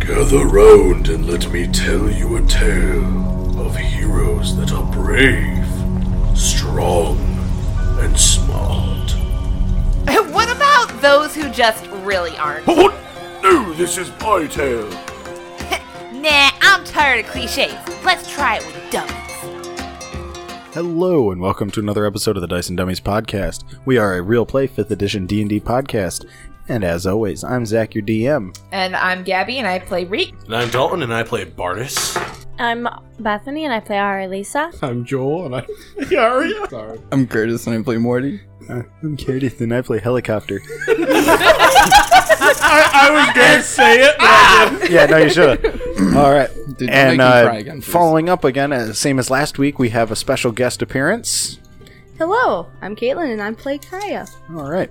Gather round and let me tell you a tale of heroes that are brave, strong, and smart. what about those who just really aren't? What? No, this is my tale. nah, I'm tired of cliches. Let's try it with dummies. Hello and welcome to another episode of the Dice and Dummies podcast. We are a real play 5th edition D&D podcast, and as always, I'm Zach, your DM. And I'm Gabby, and I play Reek. And I'm Dalton, and I play Bartis. I'm Bethany and I play Ari Lisa. I'm Joel, and I. Sorry. I'm Curtis and I play Morty. Uh, I'm Curtis, and I play helicopter. I, I was gonna say it. but I didn't. yeah, no, you should. All right, Did you make and me uh, try again, please? following up again, uh, same as last week, we have a special guest appearance. Hello, I'm Caitlin and I play Kaya. All right,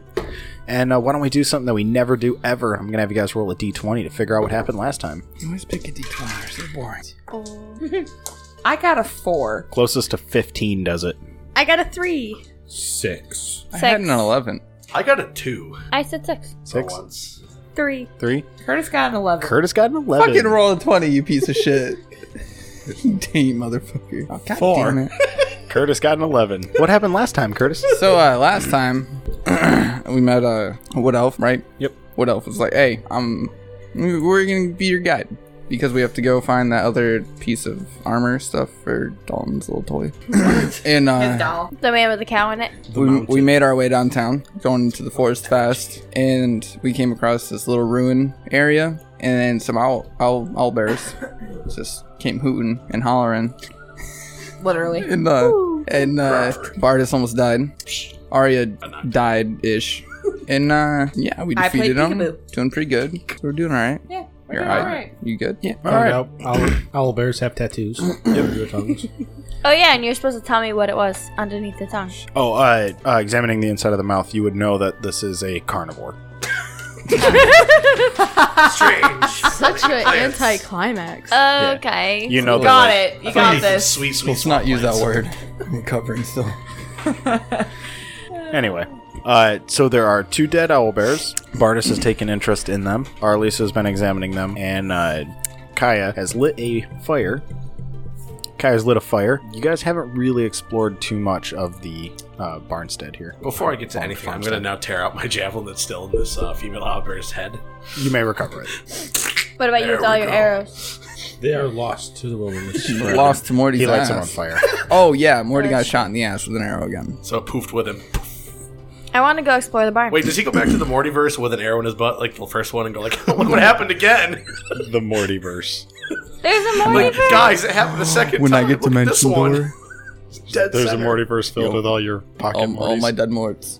and uh, why don't we do something that we never do ever? I'm gonna have you guys roll a d20 to figure out what happened last time. You always pick a d20, they're so boring. I got a four. Closest to 15 does it. I got a three. Six. I had an 11. I got a two. I said six. Six, Once. Three. three. Curtis got an eleven. Curtis got an 11. Fucking roll a 20, you piece of shit. You Dang, motherfucker. Oh, God Four. damn it. Curtis got an 11. What happened last time, Curtis? So, uh, last time, we met uh, a Wood Elf, right? Yep. Wood Elf was like, hey, um, we're gonna be your guide. Because we have to go find that other piece of armor stuff for Dalton's little toy. and, uh, doll. The man with the cow in it. we, we made our way downtown, going into the forest fast, and we came across this little ruin area, and then some owl, owl, owl bears just came hooting and hollering, Literally. and uh, and uh, Bardis almost died. Arya died ish, and uh, yeah, we I played defeated them. peekaboo. Doing pretty good. We're doing all right. Yeah. we're You're doing all all right. You good? Yeah. All Found right. out owl, owl bears have tattoos. Under their tongues. Oh yeah, and you're supposed to tell me what it was underneath the tongue. Oh, uh, uh, examining the inside of the mouth, you would know that this is a carnivore. Such an anticlimax. Okay. You know Got that. it. You got this. Sweet, sweet. Let's not use that word. I'm covering still. Like, anyway, uh, so there are two dead owl bears. Bardis has taken interest in them. Arlisa has been examining them, and uh, Kaya has lit a fire. Kaya's lit a fire. You guys haven't really explored too much of the uh, barnstead here. Before I get to Farm- anything, I'm farm going to stuff. now tear out my javelin that's still in this uh, female owlbear's head. You may recover it. what about you There with all we your go. arrows? They are lost to the wilderness. Lost to Morty's He lights them on ass. fire. Oh yeah, Morty got shot in the ass with an arrow gun. So I poofed with him. I want to go explore the barn. Wait, does he go back to the Mortyverse with an arrow in his butt, like the first one, and go like, "Look what happened again, the Mortyverse. There's a Morty bear. guys! It happened the second When I time. get to Look at this mention one. door. Dead There's center. a Mortyverse filled Yo. with all your pocket all, all Mortys. my dead morts.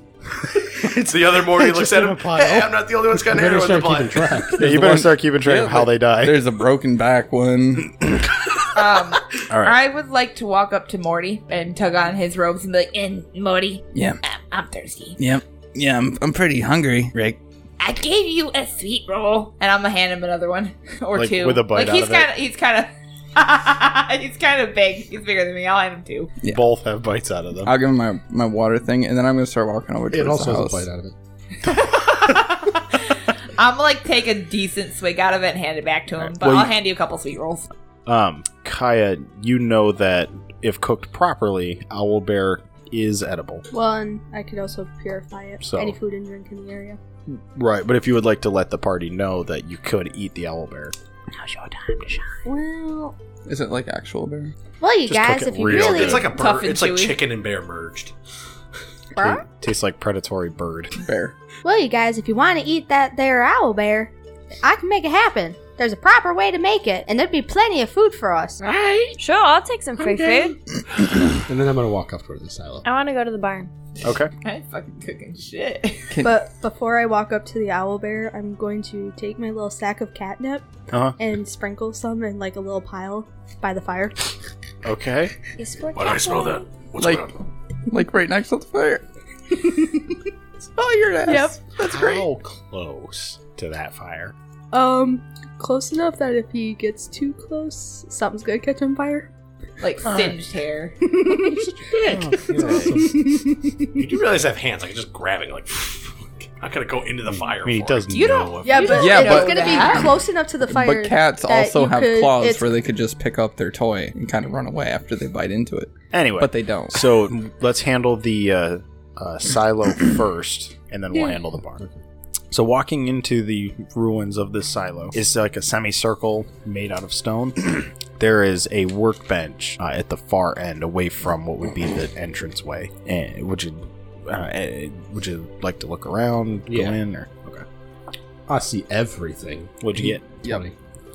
It's the other Morty looks Just at in him. a pile. Hey, I'm not the only one that's got an Better arrow in the start keeping butt. track. Yeah, you the better one- start keeping track of how they die. There's a broken back one. Um, All right. I would like to walk up to Morty and tug on his robes and be like, "In Morty, Yeah, I'm, I'm thirsty. yeah, yeah. I'm, I'm pretty hungry, Rick. I gave you a sweet roll, and I'm gonna hand him another one or Like, two with a bite Like out he's of it. kind of, he's kind of. he's kind of big. He's bigger than me. I'll have him two. Yeah. Both have bites out of them. I'll give him my, my water thing, and then I'm gonna start walking over to It the also has a house. bite out of it. I'm gonna, like take a decent swig out of it and hand it back to him. But Well, I'll you- hand you a couple sweet rolls. Um, Kaya, you know that if cooked properly, owl bear is edible. Well, and I could also purify it. So- Any food and drink in the area. Right, but if you would like to let the party know that you could eat the owl bear, Well, Is it like actual bear? Well, you Just guys, cook it if you real really It's like a Tough bird. and It's like chewy. chicken and bear merged. it tastes like predatory bird. Bear. well, you guys, if you want to eat that there owl bear, I can make it happen. There's a proper way to make it, and there'd be plenty of food for us. right. Sure, I'll take some free food. And then I'm gonna walk up towards the silo. I want to go to the barn. Okay, I ain't fucking cooking shit. But before I walk up to the owl bear, I'm going to take my little sack of catnip Uh-huh. and sprinkle some in like a little pile by the fire. okay. Why do I smell that? What's Like- going on? Like right next to the fire. Smell your ass. Yep. That's great. How close to that fire? Um, close enough that if he gets too close, something's gonna catch on fire. Uh, like Oh, singed hair. It's awesome. You do realize I have hands? I can just grab it. Like, I gotta go into the fire. I mean, he for does it. know. You don't- if- Yeah, You but don't it's know gonna that. be close enough to the fire. But cats that also you have could- claws it's- where they could just pick up their toy and kind of run away after they bite into it. Anyway, But they don't. so let's handle the uh, uh, silo first, and then we'll Yeah. handle the barn. So walking into the ruins of this silo is like a semicircle made out of stone. there is a workbench uh, at the far end, away from what would be the entranceway. And would you uh, eh, would you like to look around, Yeah. go in, or okay? I see everything. What'd you get? Yep. Funny.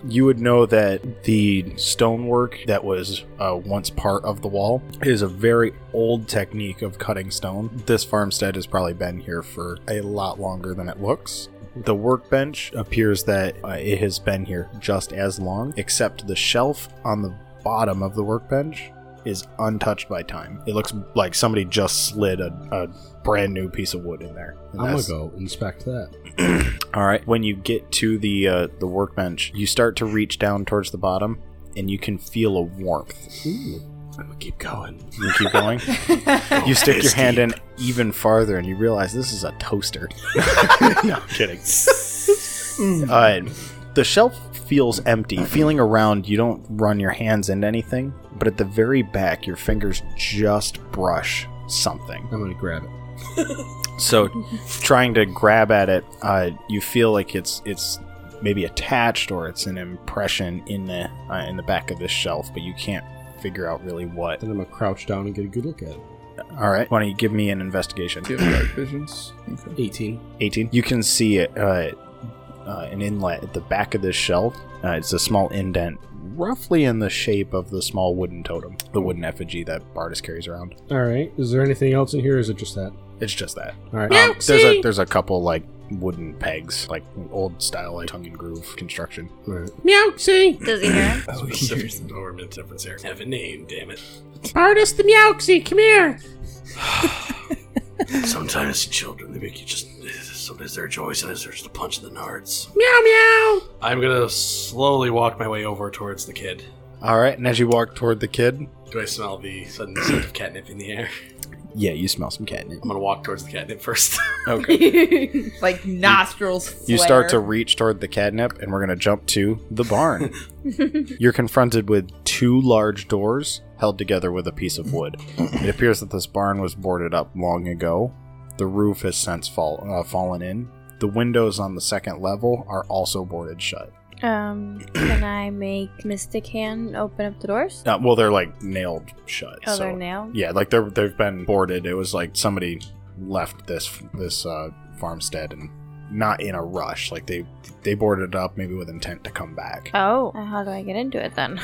you would know that the stonework that was uh, once part of the wall is a very old technique of cutting stone. This farmstead has probably been here for a lot longer than it looks. The workbench appears that uh, it has been here just as long, except the shelf on the bottom of the workbench is untouched by time. It looks like somebody just slid a, a brand new piece of wood in there. And I'm gonna that's- go inspect that. all right. When you get to the uh, the workbench, you start to reach down towards the bottom, and you can feel a warmth. I'm gonna keep going. You keep going. you stick your hand in even farther, and you realize this is a toaster. no, I'm kidding. Mm. Uh, the shelf feels empty. Feeling around, you don't run your hands into anything, but at the very back, your fingers just brush something. I'm gonna grab it. So, trying to grab at it, uh, you feel like it's it's maybe attached or it's an impression in the uh, in the back of this shelf, but you can't figure out really what. Then I'm gonna crouch down and get a good look at it. All right, why don't you give me an investigation? Do you have dark visions? Okay. 18. 18. You can see it, uh, uh, an inlet at the back of this shelf. Uh, it's a small indent, roughly in the shape of the small wooden totem, the wooden effigy that Bartis carries around. All right. Is there anything else in here? Or is it just that? It's just that. All right. Um, there's a there's a couple like wooden pegs, like old style, like tongue and groove construction. All right. Does he hear him? Oh, Specific environment difference there. Have a name, damn it. Artist the Meowxie, come here. Sometimes children they make you just. Sometimes they're joy, sometimes they're just a punch in the nards. Meow meow. I'm gonna slowly walk my way over towards the kid. All right, and as you walk toward the kid, Do I smell the sudden scent of catnip in the air? yeah, you smell some catnip. I'm gonna walk towards the catnip first. Okay. like nostrils. Flare. You start to reach toward the catnip, and we're going to jump to the barn. You're confronted with two large doors held together with a piece of wood. It appears that this barn was boarded up long ago. The roof has since fall, uh, fallen in. The windows on the second level are also boarded shut. Um, can I make Mystic Hand open up the doors? Uh, well, they're like nailed shut. Oh, so- they're nailed. Yeah, like they're they've been boarded. It was like somebody left this this uh, farmstead and not in a rush. Like they they boarded it up maybe with intent to come back. Oh, uh, how do I get into it then?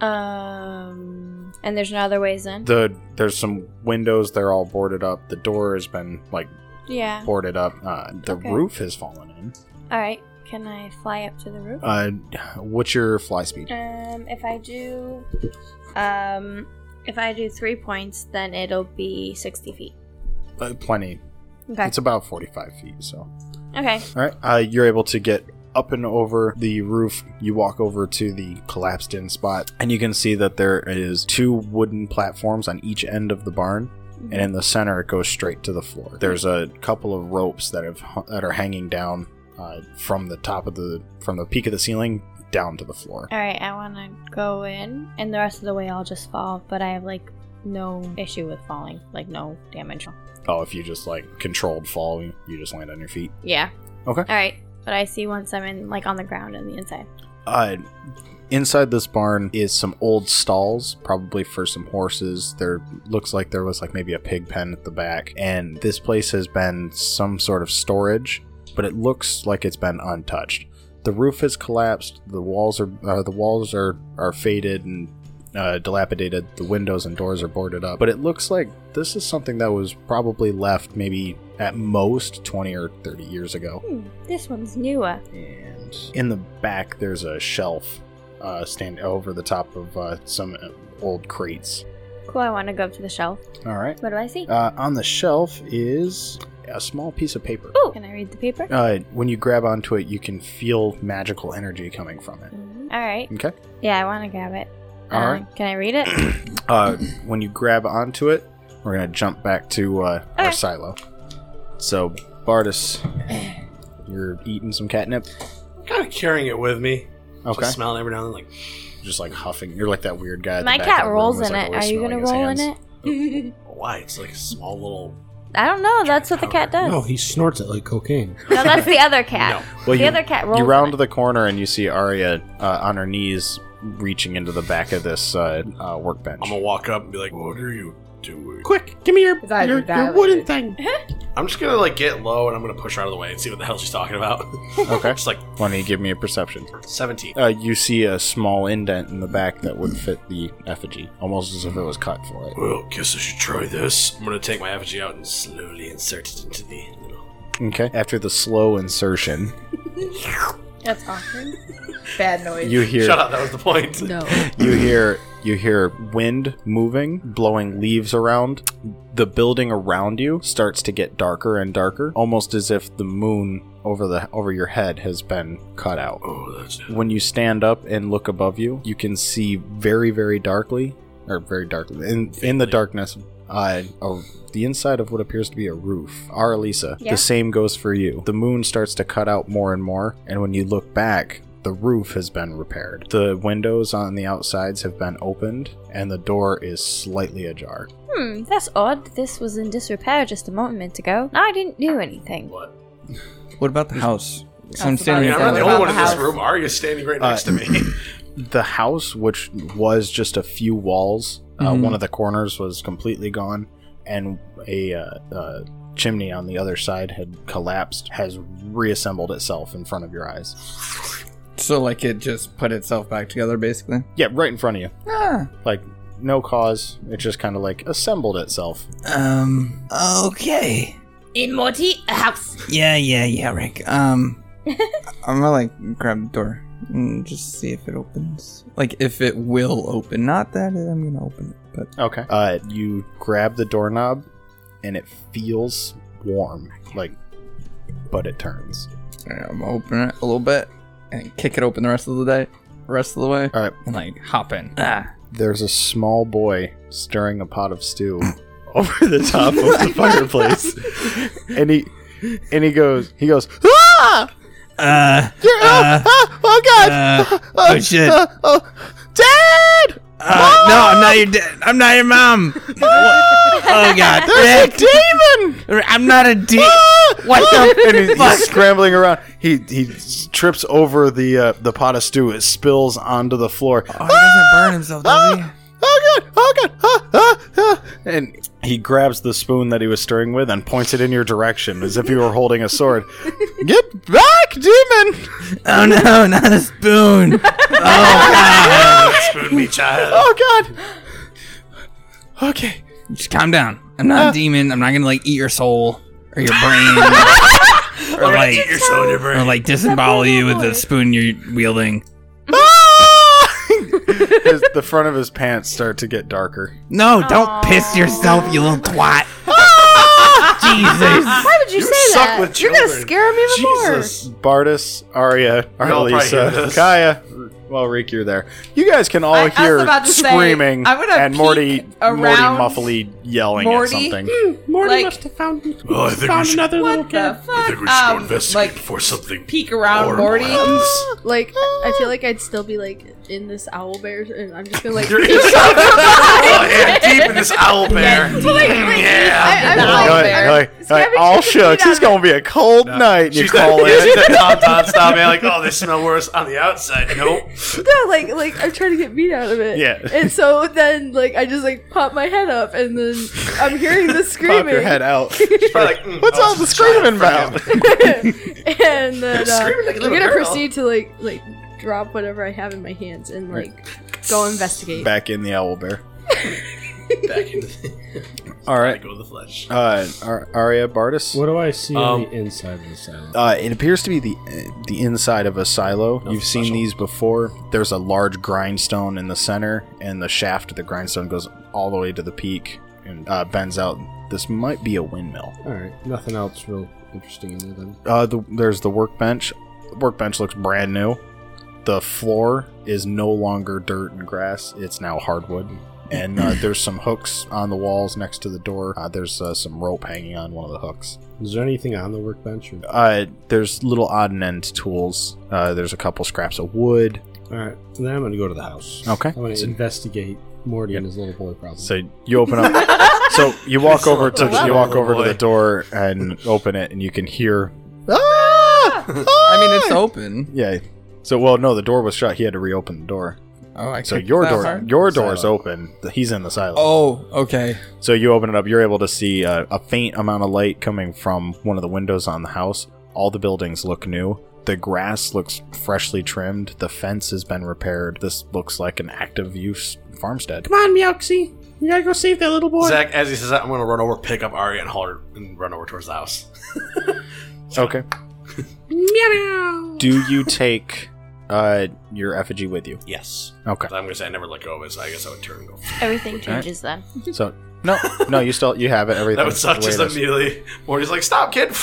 um, and there's no other ways in. The there's some windows. They're all boarded up. The door has been like yeah. boarded up. Uh, the Okay. roof has fallen in. All right. Can I fly up to the roof? Uh, what's your fly speed? Um, if I do, um, if I do three points, then it'll be sixty feet. Uh, plenty. Okay. It's about forty five feet. So okay. All right. Uh, you're able to get up and over the roof. You walk over to the collapsed in spot, and you can see that there is two wooden platforms on each end of the barn. And in the center, it goes straight to the floor. There's a couple of ropes that have hu- that are hanging down uh, from the top of the from the peak of the ceiling down to the floor. All right. I want to go in, and the rest of the way I'll just fall. But I have like no issue with falling, like no damage. Oh, if you just like controlled fall, you just land on your feet. Yeah. Okay. All right. But I see once I'm in, like on the ground and the inside. Uh, inside this barn is some old stalls, probably for some horses. There looks like there was like maybe a pig pen at the back, and this place has been some sort of storage, but it looks like it's been untouched. The roof has collapsed. The walls are uh, the walls are are faded and. Uh, dilapidated, the windows and doors are boarded up, but it looks like this is something that was probably left maybe at most 20 or 30 years ago. Hmm, this one's newer. And in the back, there's a shelf uh, stand over the top of uh, some uh, old crates. Cool. I want to go up to the shelf. All right. What do I see? Uh, on the shelf is a small piece of paper. Ooh. Can I read the paper? Uh, when you grab onto it, you can feel magical energy coming from it. All right. Okay. Uh-huh. Yeah, I want to grab it. All Uh, right. Can I read it? Uh, when you grab onto it, we're going to jump back to uh, our Okay. silo. So, Bardis, you're eating some catnip. Kind of carrying it with me. Okay. Just smelling every now and then, like just like huffing. You're like that weird guy. at the My back cat of the room rolls who's, in like, it. always Are you gonna smelling his roll hands. in it? why? It's like a small little. I don't know. That's what the cat does. No, No, he snorts it like cocaine. that's the other cat. Well, the you, other cat rolls. you in round it. to the corner and you see Arya uh, on her knees reaching into the back of this uh, uh, workbench. I'm gonna walk up and be like, "What are you doing?" Quick! Give me your, His eyes are your, your dilated. wooden thing. I'm just gonna like get low and I'm gonna push her out of the way and see what the hell she's talking about. Okay. just like Why don't you give me a perception? 17. Uh, you see a small indent in the back that would fit the effigy, almost as if it was cut for it. Well, guess I should try this. I'm gonna take my effigy out and slowly insert it into the little. Okay. After the slow insertion, That's awkward. Bad noise. you hear Shut up! That was the point. you hear you hear wind moving, blowing leaves around. The building around you starts to get darker and darker, almost as if the moon over the over your head has been cut out. Oh, that's it. When you stand up and look above you, you can see very very darkly or very darkly in in the darkness uh, a- the inside of what appears to be a roof. Our Elisa, Yeah. the same goes for you. The moon starts to cut out more and more, and when you look back, the roof has been repaired. The windows on the outsides have been opened, and the door is slightly ajar. Hmm, that's odd. This was in disrepair just a moment ago. I didn't do anything. What? What about the house? So I'm about I standing mean, at I'm that not the only light. one in this house. room. Arya's standing right Uh, next to me. The house, which was just a few walls, uh, Mhm. one of the corners was completely gone, and a uh, uh, chimney on the other side had collapsed, has reassembled itself in front of your eyes. So like it just put itself back together basically. Yeah, right in front of you. Ah. like no cause it just kind of like assembled itself Um. Okay. In Morty, a house. Yeah. Yeah. Yeah. Rick. Um. I'm gonna like grab the door and just see if it opens. Like if it will open. Not that I'm gonna open it, but okay uh you grab the doorknob and it feels warm like but it turns Alright, I'm gonna open it a little bit and kick it open the rest of the day, rest of the way. Alright. and like hop in. Ah, there's a small boy stirring a pot of stew over the top of the fireplace and he and he goes he goes ah uh, You're- oh, ah! oh god uh, oh, oh, shit. oh, oh. dad uh, no, I'm not your dad. I'm not your mom. oh god, there's a demon I'm not a dick. What Ah! the and he's, he's scrambling around. He he trips over the uh, the pot of stew. It spills onto the floor. Oh, he doesn't burn himself, does he? Ah! Oh god! Oh god! Ah, ah, ah. And he grabs the spoon that he was stirring with and points it in your direction as if he were holding a sword. Get back, demon! Oh no, not a spoon. oh god. Spoon me, child. Oh god! Okay. Just calm down. I'm not a demon. I'm not gonna like eat your soul or your brain. or like You're so in your brain. or like disembowel you with the spoon you're wielding. Ah! His- the front of his pants start to get darker. No, don't piss yourself, you little twat. Jesus. Why would you, say suck that? with You're gonna children. scare him even Jesus. Bardis, Arya, all probably hear Arlisa, this. Kaya. Well, Reek, you're there. You guys can all I- I was hear about to say, screaming I'm gonna and Morty, peek Morty around muffly yelling Morty. at something. Hmm, Morty Like- must have found, Oh, I think we found should- another little What cat. the I fuck? think we should go Um, investigate like before something. peek around horrible Morty. happens. Like, I feel like I'd still be like in this owl bear, and I'm just gonna like. You're inside. oh, yeah, deep in this owl bear. Hmm, yeah. I, I'm You're like, like- you're like- you're like, all shooks. It's gonna be a cold night. And you call that, in. She's that Tom Tom style man. Like, oh, they smell worse on the outside. Nope. no, like, like I'm trying to get meat out of it. Yeah. And so then, like, I just like pop my head up, and then I'm hearing the screaming. Pop your head out. She's probably like, mm, What's oh, all the it's a child. screaming about? and then uh, Screaming like a I'm little gonna girl. proceed to like like drop whatever I have in my hands and like go investigate. Back in the owl bear. Back in the, All right. go to the flesh. Uh, Ar- Arya, Bardis. What do I see Um, on the inside of the salad? Uh, it appears to be the uh, the inside of a silo. You've seen special. these before. There's a large grindstone in the center, and the shaft of the grindstone goes all the way to the peak and uh, bends out. This might be a windmill. All right, nothing else real interesting in there then. Uh, the, there's the workbench. The workbench looks brand new. The floor is no longer dirt and grass; it's now hardwood. and uh, there's some hooks on the walls next to the door. Uh, there's uh, some rope hanging on one of the hooks. Is there anything on the workbench? Or... Uh, there's little odd and end tools. Uh, there's a couple scraps of wood. All right, and then I'm going to go to the house. Okay. I'm going to So- investigate Morty and his little boy problem. So you open up. so you walk over to Wow. you walk over to Boy. the door and open it, and you can hear. Ah! I mean, it's open. Yeah. So well, no, the door was shut. He had to reopen the door. Oh, I So kicked your that door, hard? your door's Silo. open. He's in the silence. Oh, okay. So you open it up, you're able to see a, a faint amount of light coming from one of the windows on the house. All the buildings look new. The grass looks freshly trimmed. The fence has been repaired. This looks like an active use farmstead. Come on, Meowxie. We gotta go save that little boy. Zach, as he says that, I'm gonna run over, pick up Arya, and haul her and run over towards the house. Okay. Do you take uh, your effigy with you? Yes. Okay. I'm gonna say I never let go of it, so I guess I would turn and go. Everything changes then. So no, no, you still you have it. Everything. That would suck just immediately. Morty's like, stop, kid!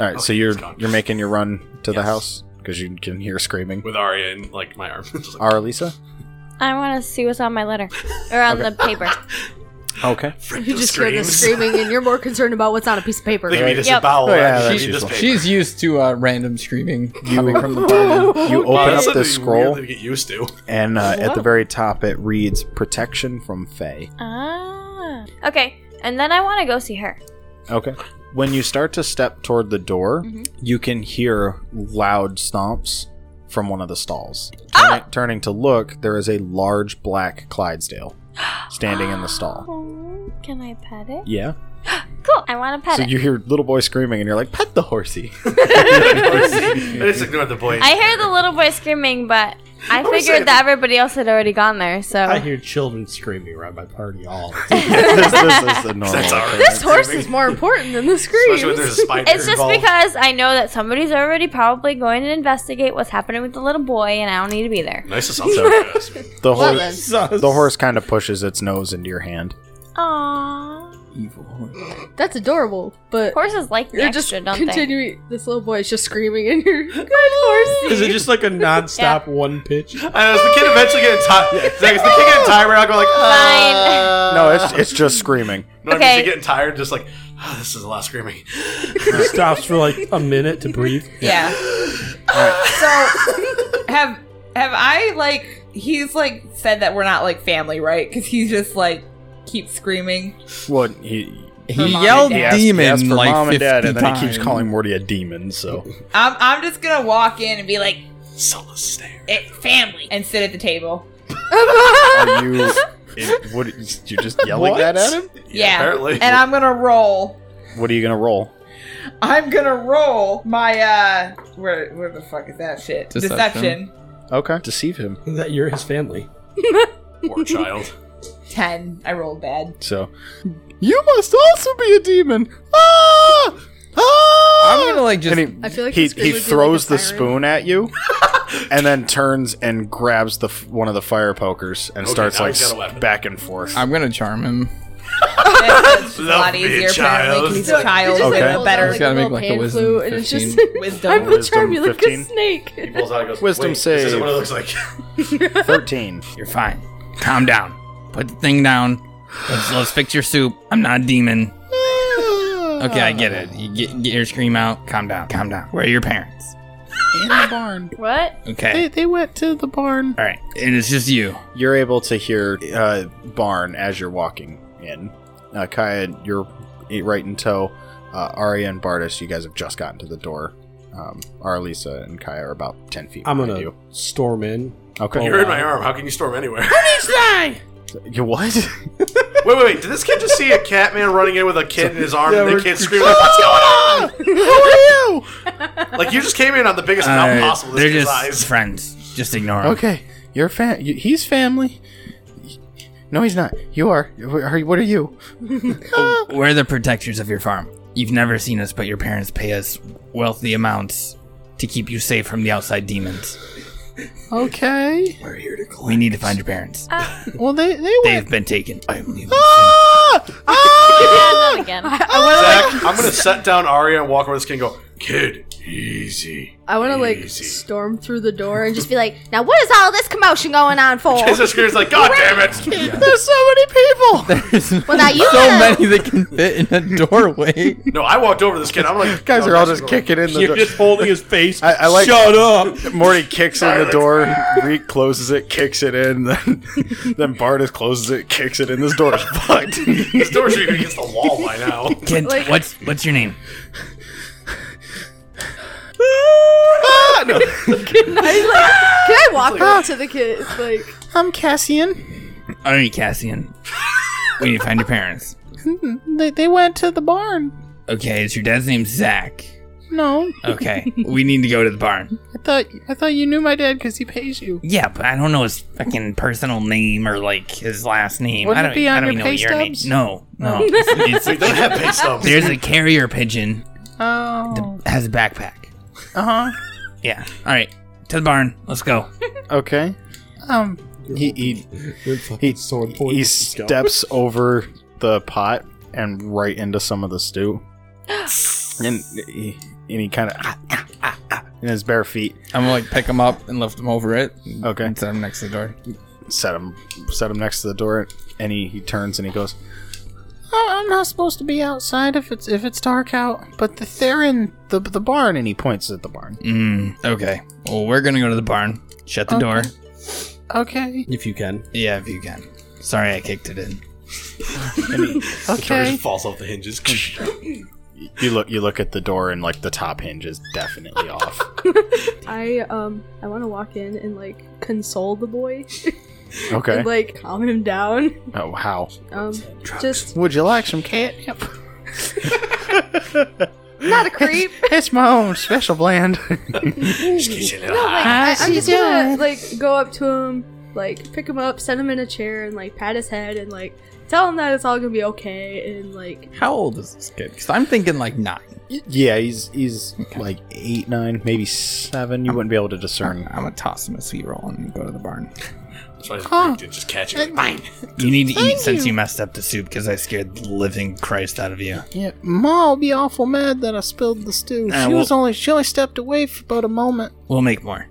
All right, so Okay, you're it's gone. you're making your run to the Oh, Yes. house because you can hear screaming. With Arya in like my arm. Just like, Our Lisa. I want to see what's on my letter or on the paper. Okay. Frick You just just hear the screams. screaming, and you're more concerned about what's on a piece of paper. They can just Yep. a bowel. Oh, yeah, I that's just need this useful. paper. She's used to uh, random screaming coming from the party. You Wow, open that's up something the you scroll. really get used to. And uh, at the very top, it reads "Protection from Fae." Ah. Okay. And then I want to go see her. Okay. When you start to step toward the door, Mm-hmm. you can hear loud stomps from one of the stalls. Ah! Turn- turning to look, there is a large black Clydesdale standing in the stall. Oh, can I pet it? Yeah. Cool. I want to pet So it. you hear little boy screaming, and you're like, "Pet the horsey." I just ignored the boy. I heard the little boy screaming, but I was saying- figured that everybody else had already gone there. I So hear children screaming around my party all the time. this, this is a normal. That's alright. This horse is more important than the Especially when there's screams. a spider it's just involved. because I know that somebody's already probably going to investigate what's happening with the little boy, and I don't need to be there. Nice assumption. The Well horse, the horse kind of pushes its nose into your hand. Aww. Evil. That's adorable, but Horses like the you're just extra, don't they? continuing. This little boy is just screaming, and you're good horsey. Is it just like a non-stop one pitch? I know, is the kid eventually getting tired? Zach, is the kid getting tired right now? I'll go like, uh, No, it's it's just screaming. No, okay. Okay. I'm getting tired, just like, "Ah, this is a lot of screaming. Stops for like a minute to breathe. Yeah. so have have I like he's like said that we're not like family, right? Because he's just like keeps screaming. Well, he He mom yelled and dad. asked- demon asked for like mom 50 and dad, and then times. he keeps calling Morty a demon. So I'm I'm just gonna walk in and be like Solace stare. it, family and sit at the table. are you? It, what you just yelling that at him? Yeah. apparently. And I'm gonna roll. What are you gonna roll? I'm gonna roll my uh where where the fuck is that shit? Deception. Okay, deceive him. That you're his family. Poor child. Ten. I rolled bad. So you must also be a demon. Ah! Ah! I'm gonna like just. And I feel like he, this he kid would be throws the like a siren. spoon at you, and then turns and grabs the f- one of the fire pokers and Okay, starts now like he's got a s- weapon. back and forth. I'm gonna charm him. It's just a Love lot me, easier apparently 'cause he's a child Okay. with a better He's gotta make, like, a wisdom and it's just 15. I'm wisdom. gonna charm you like a 15. snake. Pulls out and goes, Wisdom "Wait, This save. isn't what it looks like. Thirteen. You're fine. Calm down. Put the thing down. Let's, let's fix your soup. I'm not a demon. Okay, I get it. You get, get your scream out. Calm down. Calm down. Where are your parents? In the barn. What? Okay. they went to the barn. All right. And it's just you. You're able to hear uh, barn as you're walking in. Uh, Kaya, you're right in tow. Uh, Arya and Bartis, you guys have just gotten to the door. Um, Arlisa and Kaya are about ten feet. I'm behind you. gonna storm in. Okay. You're in my arm. How can you storm anywhere? You what? wait, wait, wait. Did this kid just see a cat man running in with a kid in his arm and the we're- kid screaming, like, what's going Who are you? on? Like, you just came in on the biggest All mouth right, possible. This Uh, They're kid's just eyes. friends. Just ignore them. Okay, you're fam. You, he's family. No, he's not. You are. Are you- What are you? We're the protectors of your farm. You've never seen us, but your parents pay us wealthy amounts to keep you safe from the outside demons. Okay. We need to find your parents. Ah. Well, they they They've been taken. Ah! Yeah, Ah! not again. Ah! Zach, I'm going to set down Arya and walk over to this kid and go, Kid, Easy. I want to like Easy. storm through the door and and just just be like, now what is all this commotion going on for? Jesus Christ, like, God damn it! There's so many people. There's Well, now you so gotta- many that can fit in a doorway. No, I walked over this kid. I'm like, Guys no, are all that's just cool. kicking in the you're door. just holding his face. I- I like- Shut up. Morty kicks in the door, Reek closes it, kicks it in, then then Bartis closes it, kicks it in. This door is fucked. This door should be against the wall by now. Kid, Like- what's what's your name? Ah, no. can I walk up to the kid? It's like ah! I'm Cassian. All right, Cassian. we need to find your parents. They, they went to the barn. Okay, is your dad's name Zach? No, Okay, we need to go to the barn. I thought I thought you knew my dad because he pays you. Yeah, but I don't know his fucking personal name or like his last name. Wouldn't I it don't, e- be on I don't your even know pay what your name. stubs? No, no. It's- We it's- don't have pay stubs. there's a carrier pigeon Oh. that has a backpack. Uh huh. Yeah. All right, to the barn. Let's go. Okay. Um. He he he, sword point. he steps over the pot and right into some of the stew, and he, and he ah, kind of in his bare feet. I'm gonna like pick him up and lift him over it. Okay. set him next to the door. set him set him next to the door and he, he turns and he goes "I- I'm not supposed to be outside if it's if it's dark out, but th- they're in the the barn. And he points at the barn. Mm, okay. Well, we're gonna go to the barn. Shut the door. Okay, if you can. Yeah, if you can. Sorry, I kicked it in. Door okay. just falls off the hinges. You look you look at the door and like the top hinge is definitely off. I um I want to walk in and like console the boy, Okay. and, like calm him down. oh how? Um, just Would you like some catnip? not a creep. It's my own special blend. I, she I'm just gonna like go up to him, like pick him up, set him in a chair, and like pat his head and like tell him that it's all gonna be okay. And like How old is this kid? Because I'm thinking like nine. yeah, he's he's like eight, nine, maybe seven. You wouldn't be able to discern. I'm gonna toss him a sweet roll and go to the barn. That's why Oh. I just, just catch it. Mine. You need to eat since you messed up the soup because I scared the living Christ out of you. Yeah, Ma will be awful mad that I spilled the stew. Uh, well- only she only stepped away for about a moment. We'll make more.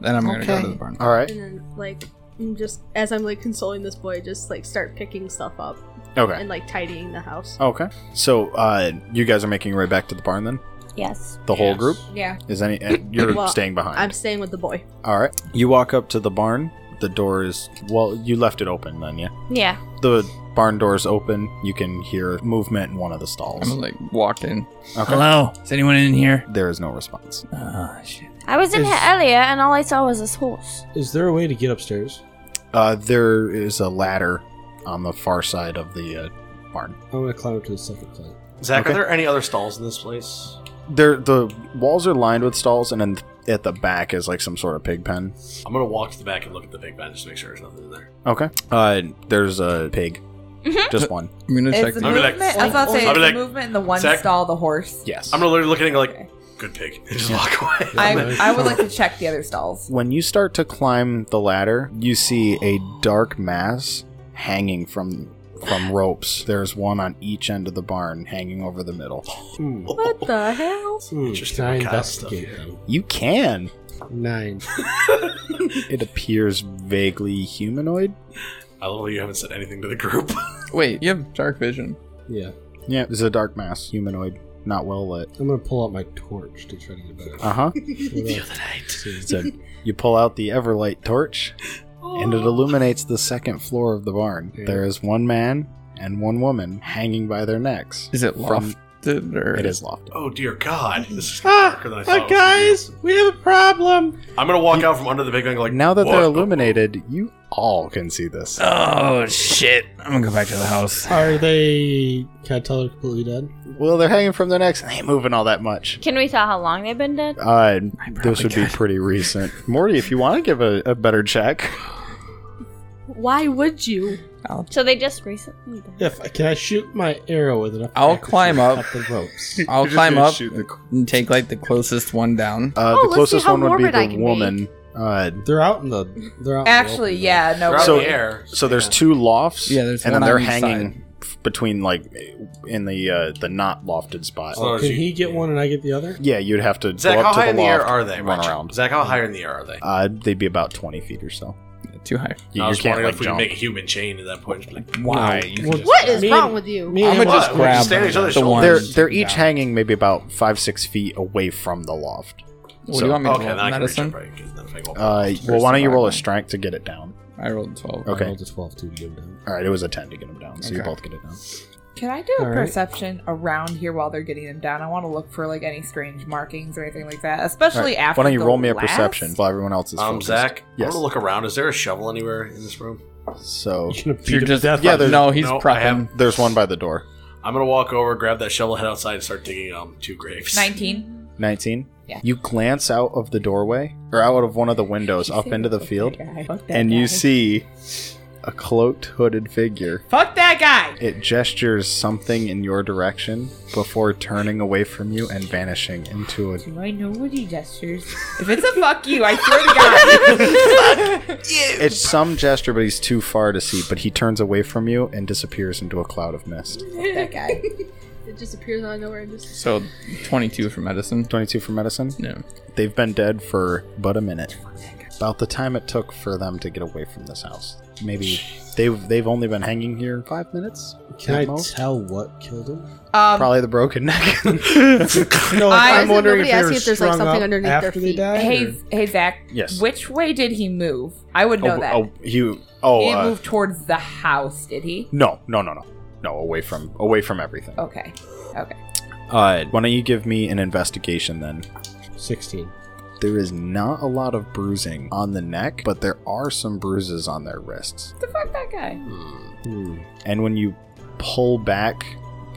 Then I'm gonna go to the barn. All right. and then like I'm just as I'm like consoling this boy, just like start picking stuff up Okay. and like tidying the house. Okay. So, uh, you guys are making your way back to the barn then? Yes. The whole group? Yeah. Is any uh, you're Well, staying behind? I'm staying with the boy. All right. You walk up to the barn. The door is well, you left it open then, yeah. Yeah. The barn door is open. You can hear movement in one of the I'm gonna stalls. like walk in. Okay. Hello? Is anyone in here? There is no response. Oh shit. I was in here earlier and all I saw was this horse. Is there a way to get upstairs? Uh, there is a ladder on the far side of the uh, barn. I'm gonna climb up to the second plane. Zach, Okay. are there any other stalls in this place? There, the walls are lined with stalls, and then at the back is like some sort of pig pen. I'm gonna walk to the back and look at the big pen just to make sure there's nothing in there. Okay. Uh, there's a pig. Just one. I'm gonna check Mm-hmm. Is the the I'll be like, movement? I was about to say, I'll is be the like, movement in the one Zach- stall the horse? Yes. I'm gonna literally look at it and go like, good pig, and just walk away. I, I would like to check the other stalls. when you start to climb the ladder, you see a dark mass hanging from from ropes. There's one on each end of the barn, hanging over the middle. Hmm. What the hell? Hmm. Interesting Can I kind of stuff, investigate yeah. them? You can. Nine. It appears vaguely humanoid. I love that you haven't said anything to the group. Wait, you have dark vision. Yeah. Yeah, it's a dark mass, humanoid, not well lit. I'm gonna pull out my torch to try to get better. Uh huh. the other night. So you pull out the Everlight torch, and it illuminates the second floor of the barn. There is one man and one woman hanging by their necks. Is it From- lofted or It is lofted. oh dear God, Mm-hmm. this is darker than I Ah, thought. it was gonna guys, we have a problem. be. I'm gonna walk out from under the big pen and go like, Now that they're "What?" illuminated, you all can see this. Oh shit. I'm gonna go back to the house. Are they? Can I tell they're completely dead? Well, they're hanging from their necks and they ain't moving all that much. Can we tell how long they've been dead? Uh, this probably would be could. pretty recent. Morty, if you want to give a, a better check. Why would you? So they just recently died. If Uh, can I shoot my arrow with enough? I'll accuracy climb to up. cut the ropes. I'll climb gonna up shoot the- and take like the closest one down. Uh, Oh, the let's closest see how one would be morbid I the can be. woman. Uh, They're out in the. They're out. in the Actually, open, yeah, They're no. out So- in the air. so there's two lofts, Yeah, there's and one then they're on each hanging f- between like in the uh, the not lofted spot. Oh, can he get one and I get the other? Yeah, you'd have to Zach, go up how to high the in the air loft, are they, Run Rachel? around. Zach, how high in the air are they? Uh, they'd be about twenty feet or so. too high. You, I you was can't wondering like if we could jump. make a human chain at that point. Like, Why? no, You well, What is Me wrong and- with you? me and I'ma him just are- grab We're just standing on each other's the shoulders. They're ones they're each hanging maybe about five six feet away from the loft. What do you want me to okay, roll? then I can reach Medicine? up, right? 'cause then if I go up- Uh, well, why don't you roll a strength to get it down? I rolled a 12. Okay. I rolled a 12 too to get him down. All right, it was a ten to get him down, so you Okay. both get it down. Can I do a All right. perception around here while they're getting them down? I want to look for like any strange markings or anything like that, especially All right, after. Why don't you the roll me a last- perception while everyone else is um, focused. Zach, I'm Yes. gonna look around. Is there a shovel anywhere in this room? So You're just, yeah, there's, no, he's No, I prepping. have- there's one by the door. I'm gonna walk over, grab that shovel, head outside, and start digging um two graves. Nineteen. 19. Yeah. You glance out of the doorway or out of one of the windows up into the field guy. Fuck that and guy. you see a cloaked hooded figure. Fuck that guy. It gestures something in your direction before turning away from you and vanishing into a Do I know what he gestures? if it's a fuck you, I swear to God. It's some gesture but he's too far to see, but he turns away from you and disappears into a cloud of mist. that guy. It just appears out of nowhere and just. So 22 for medicine. 22 for medicine. No. They've been dead for but a minute. About the time it took for them to get away from this house. Maybe they've they've only been hanging here five minutes. Can at I most. tell what killed him? Um, Probably the broken neck. No, I- I'm wondering if, Nobody they asked were you if there's, like, strung something up underneath their after they feet. died, or- hey, hey, Zach. Yes. Which way did he move? I would know oh, that. oh, you. he Oh, didn't uh, move towards the house, did he? no, no, no, no, no. Away from, away from everything. Okay. Okay. Uh, why don't you give me an investigation then? 16. There is not a lot of bruising on the neck, but there are some bruises on their wrists. The fuck that guy. Hmm. And when you pull back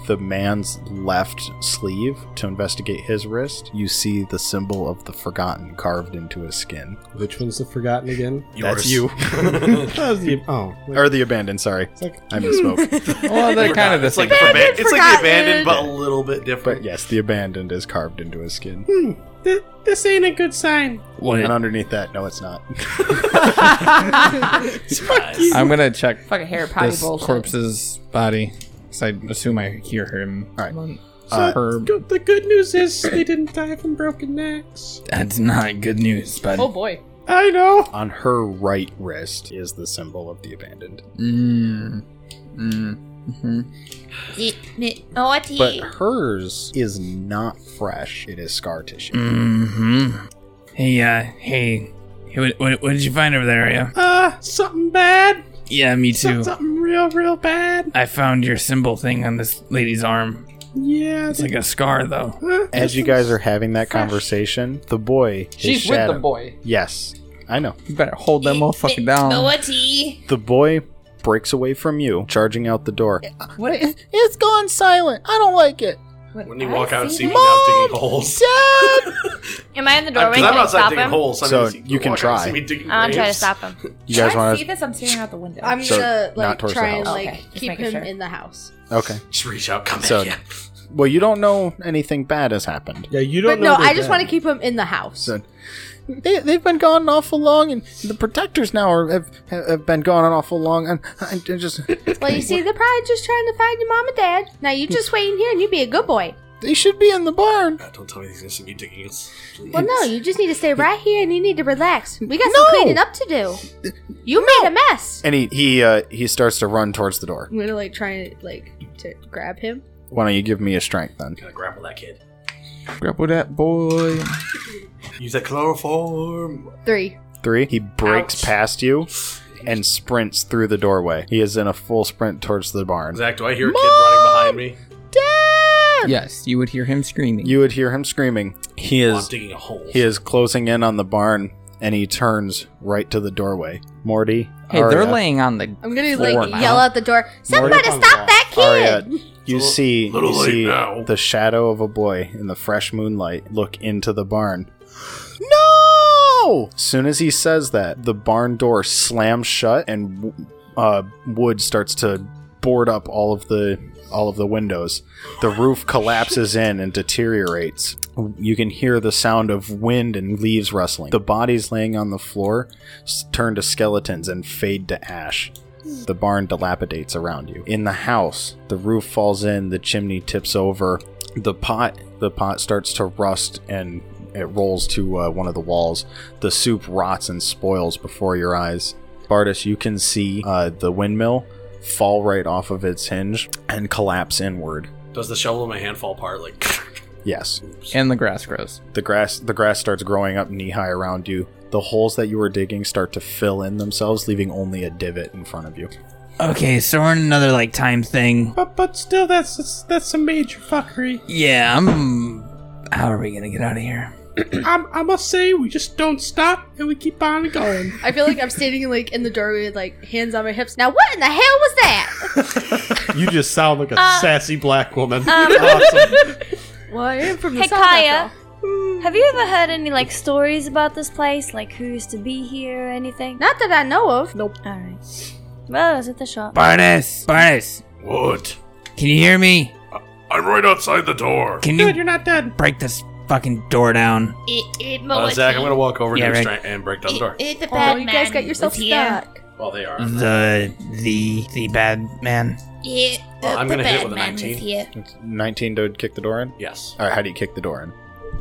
the man's left sleeve to investigate his wrist, you see the symbol of the forgotten carved into his skin. Which one's the forgotten again? That's you, That was the- oh, wait, or the abandoned. Sorry, it's like I misspoke. Well, they're kind of the It's same. like the Abandoned, abandoned, it's like the abandoned, forgotten. but a little bit but different. yes, the abandoned is carved into his skin. "Th- this ain't a good sign. What? And underneath that, no, it's not. Surprise. I'm going to check Fucking Harry Potter this bullshit. corpse's body. Because I assume I hear him. All right. So Uh, her- Go- the good news is they didn't die from broken necks. That's not good news, bud. Oh boy. I know. On her right wrist is the symbol of the abandoned. Mm. Mm. hmm Oh, But hers is not fresh. It is scar tissue. Oh. hmm Hey, uh, hey. Hey, what, what, what did you find over there, yeah? Uh, something bad. Yeah, me too. Something real, real bad. I found your symbol thing on this lady's arm. Yeah. It's like a scar, though. As you guys are having that conversation, the boy. his shadow- boy. Yes, I know. You better hold that motherfucker down. The boy breaks away from you, charging out the door. What is It's gone silent. I don't like it. When you walk out and see me me now digging holes. Am I in the I'm, doorway? I'm Can I outside stop digging him? holes. I So mean, you can walk out and try. see me digging I'm trying to graves. stop him. You guys I want see to? this? I'm staring out the window. I'm So, gonna not like towards try the and house. like Okay, just keep making him sure. in the house. Okay. Just reach out, come So- back. in. Well, you don't know anything bad has happened. Yeah, you But don't no, know. I just want to keep him in the house. So they, they've been gone an awful long, and the protectors now are, have have been gone an awful long, and I I just Well, you see, they're probably just trying to find your mom and dad. Now you just wait in here and you be a good boy. they should be in the barn. God, don't tell me he's gonna see me digging holes. Well, no, you just need to stay right here and you need to relax. We got some cleaning up to do. You made a mess. And he he uh, he starts to run towards the door. I'm gonna like try and like to grab him. Why don't you give me a strength then? Gotta grapple that kid. Grapple that boy. Use that chloroform. Three. Three. He breaks past you and sprints through the doorway. He is in a full sprint towards the barn. Zach, do I hear a kid running behind me? Yes, you would hear him screaming. You would hear him screaming. He While I'm is digging a hole. he is closing in on the barn and he turns right to the doorway. Morty. hey, Arya, they're laying on the. I'm gonna Four like now. yell out the door. Somebody on the stop that Arya, kid. you see, little you late see now. the shadow of a boy in the fresh moonlight look into the barn. No! As soon as he says that, the barn door slams shut and w- uh, wood starts to board up all of the all of the windows. The roof collapses in and deteriorates. You can hear the sound of wind and leaves rustling. The bodies laying on the floor s- turn to skeletons and fade to ash. The barn dilapidates around you. In the house, the roof falls in, the chimney tips over, the pot the pot starts to rust and it rolls to uh, one of the walls. The soup rots and spoils before your eyes. Bardis, you can see uh, the windmill fall right off of its hinge and collapse inward. Does the shovel in my hand fall apart? Like, Yes. And the grass grows. The grass the grass starts growing up knee high around you. The holes that you were digging start to fill in themselves, leaving only a divot in front of you. Okay, so we're in another like time thing. But but still, that's that's, that's some major fuckery. Yeah, I'm. How are we gonna get out of here? I'm, I must say, we just don't stop and we keep on going. I feel like I'm standing like in the doorway, with, like hands on my hips. Now, what in the hell was that? You just sound like a sassy black woman. um, Well, I am from the Hey South. after Kaya, all. have you ever heard any like stories about this place, like who used to be here or anything? Not that I know of. Nope. All right. Well, I was at the shop. Barnes, Barnes, What? can you hear me? I'm right outside the Uh, door. Can Good, you you're not dead. break this fucking door down? It, it, uh, Melissa. Zach, I'm gonna walk over Yeah, to right. try and break down the door. It, it, the Oh, bad you man uh, guys got yourself was here. stuck. Well, they are. The the the bad man. It, the, Well, I'm the gonna hit bad with a man was 19. here. Nineteen to kick the door in? Yes. Alright, how do you kick the door in?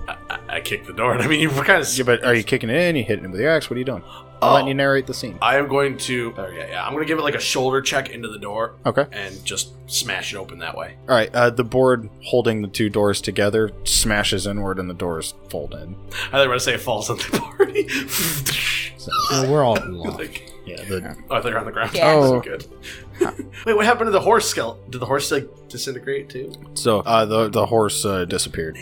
I, I, I kicked the door, and I mean, you were kind of. Yeah, but are you kicking it in? You hitting it with your axe? What are you doing? I'm letting you narrate the scene. I am going to. Oh, yeah, yeah. I'm gonna give it like a shoulder check into the door Okay. and just smash it open that way. All right. Uh, the board holding the two doors together smashes inward, and the doors fold in. I thought you were gonna say it falls on the party. So, we're all lost. like, Yeah. The, oh, they're on the ground. Yeah. Oh, good. Wait, what happened to the horse skeleton? Did the horse like disintegrate too? so uh, the the horse uh, disappeared.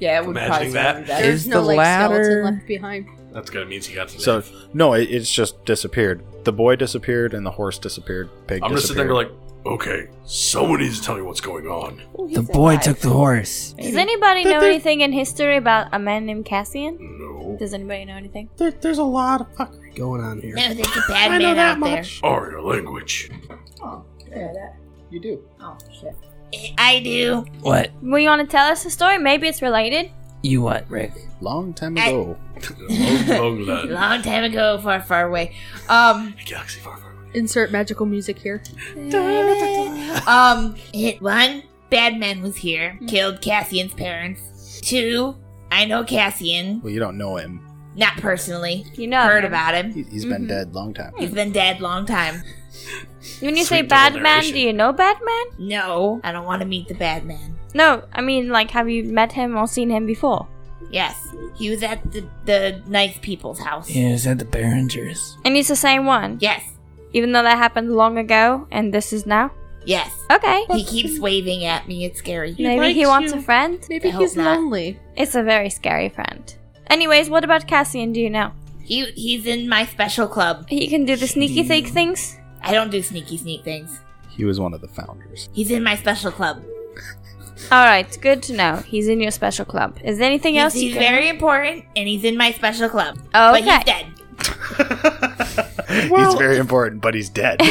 Yeah, it would Imagining probably that. be better. There's Is no the like ladder- skeleton left behind. That's good. It means he got to. So live. no, it, it's just disappeared. The boy disappeared, and the horse disappeared. Pig I'm gonna sit there disappeared. and go like, okay, someone needs to tell me what's going on. The boy took the horse. Does anybody know anything in history about a man named Cassian? No. Does anybody know anything? There, there's a lot of fuckery going on here. No, there's a bad I know man that out there. much. Are your language? Oh, you do. Oh shit. Eh, I do. What? Well, you want to tell us a story? Maybe it's related. You what, Rick? Long time I- ago, Long, long land. Long time ago, far, far away. Um, Galaxy far, far away. Insert magical music here. um, it, one, bad man was here, Hmm. killed Cassian's parents. Two, I know Cassian, well, you don't know him. not personally. You know. Mm-hmm. Heard about him. He, has been dead long time. He's been dead long time. When you Sweet say double bad man, narration. do you know bad man? No, I don't want to meet the bad man. No, I mean, like, have you met him or seen him before? Yes, he was at the the nice people's house. Yeah, is that the Behringers? And he's the same one, Yes, even though that happened long ago, and this is now. yes. Okay. He keeps waving at me. It's scary. Maybe he likes wants you. a friend. Maybe I hope he's not. lonely. It's a very scary friend. Anyways, what about Cassian? Do you know He he's in my special club. he can do the sneaky thick things? I don't do sneaky sneak things. He was one of the founders. He's in my special club. All right, good to know. He's in your special club. Is there anything He's, else? he's you can- very important, and he's in my special club. Oh, But he's okay. dead. he's very important, but he's dead.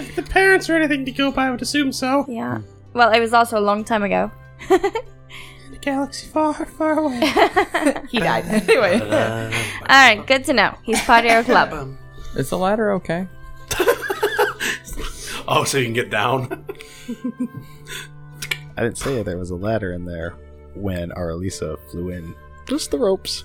If the parents are anything to go by, I would assume so. Yeah. Well, it was also a long time ago. The galaxy far, far away. He died. anyway. All right, good to know. He's part of your club. Is the ladder okay? Oh, so you can get down. I didn't say there was a ladder in there when Aralisa flew in. Just the ropes.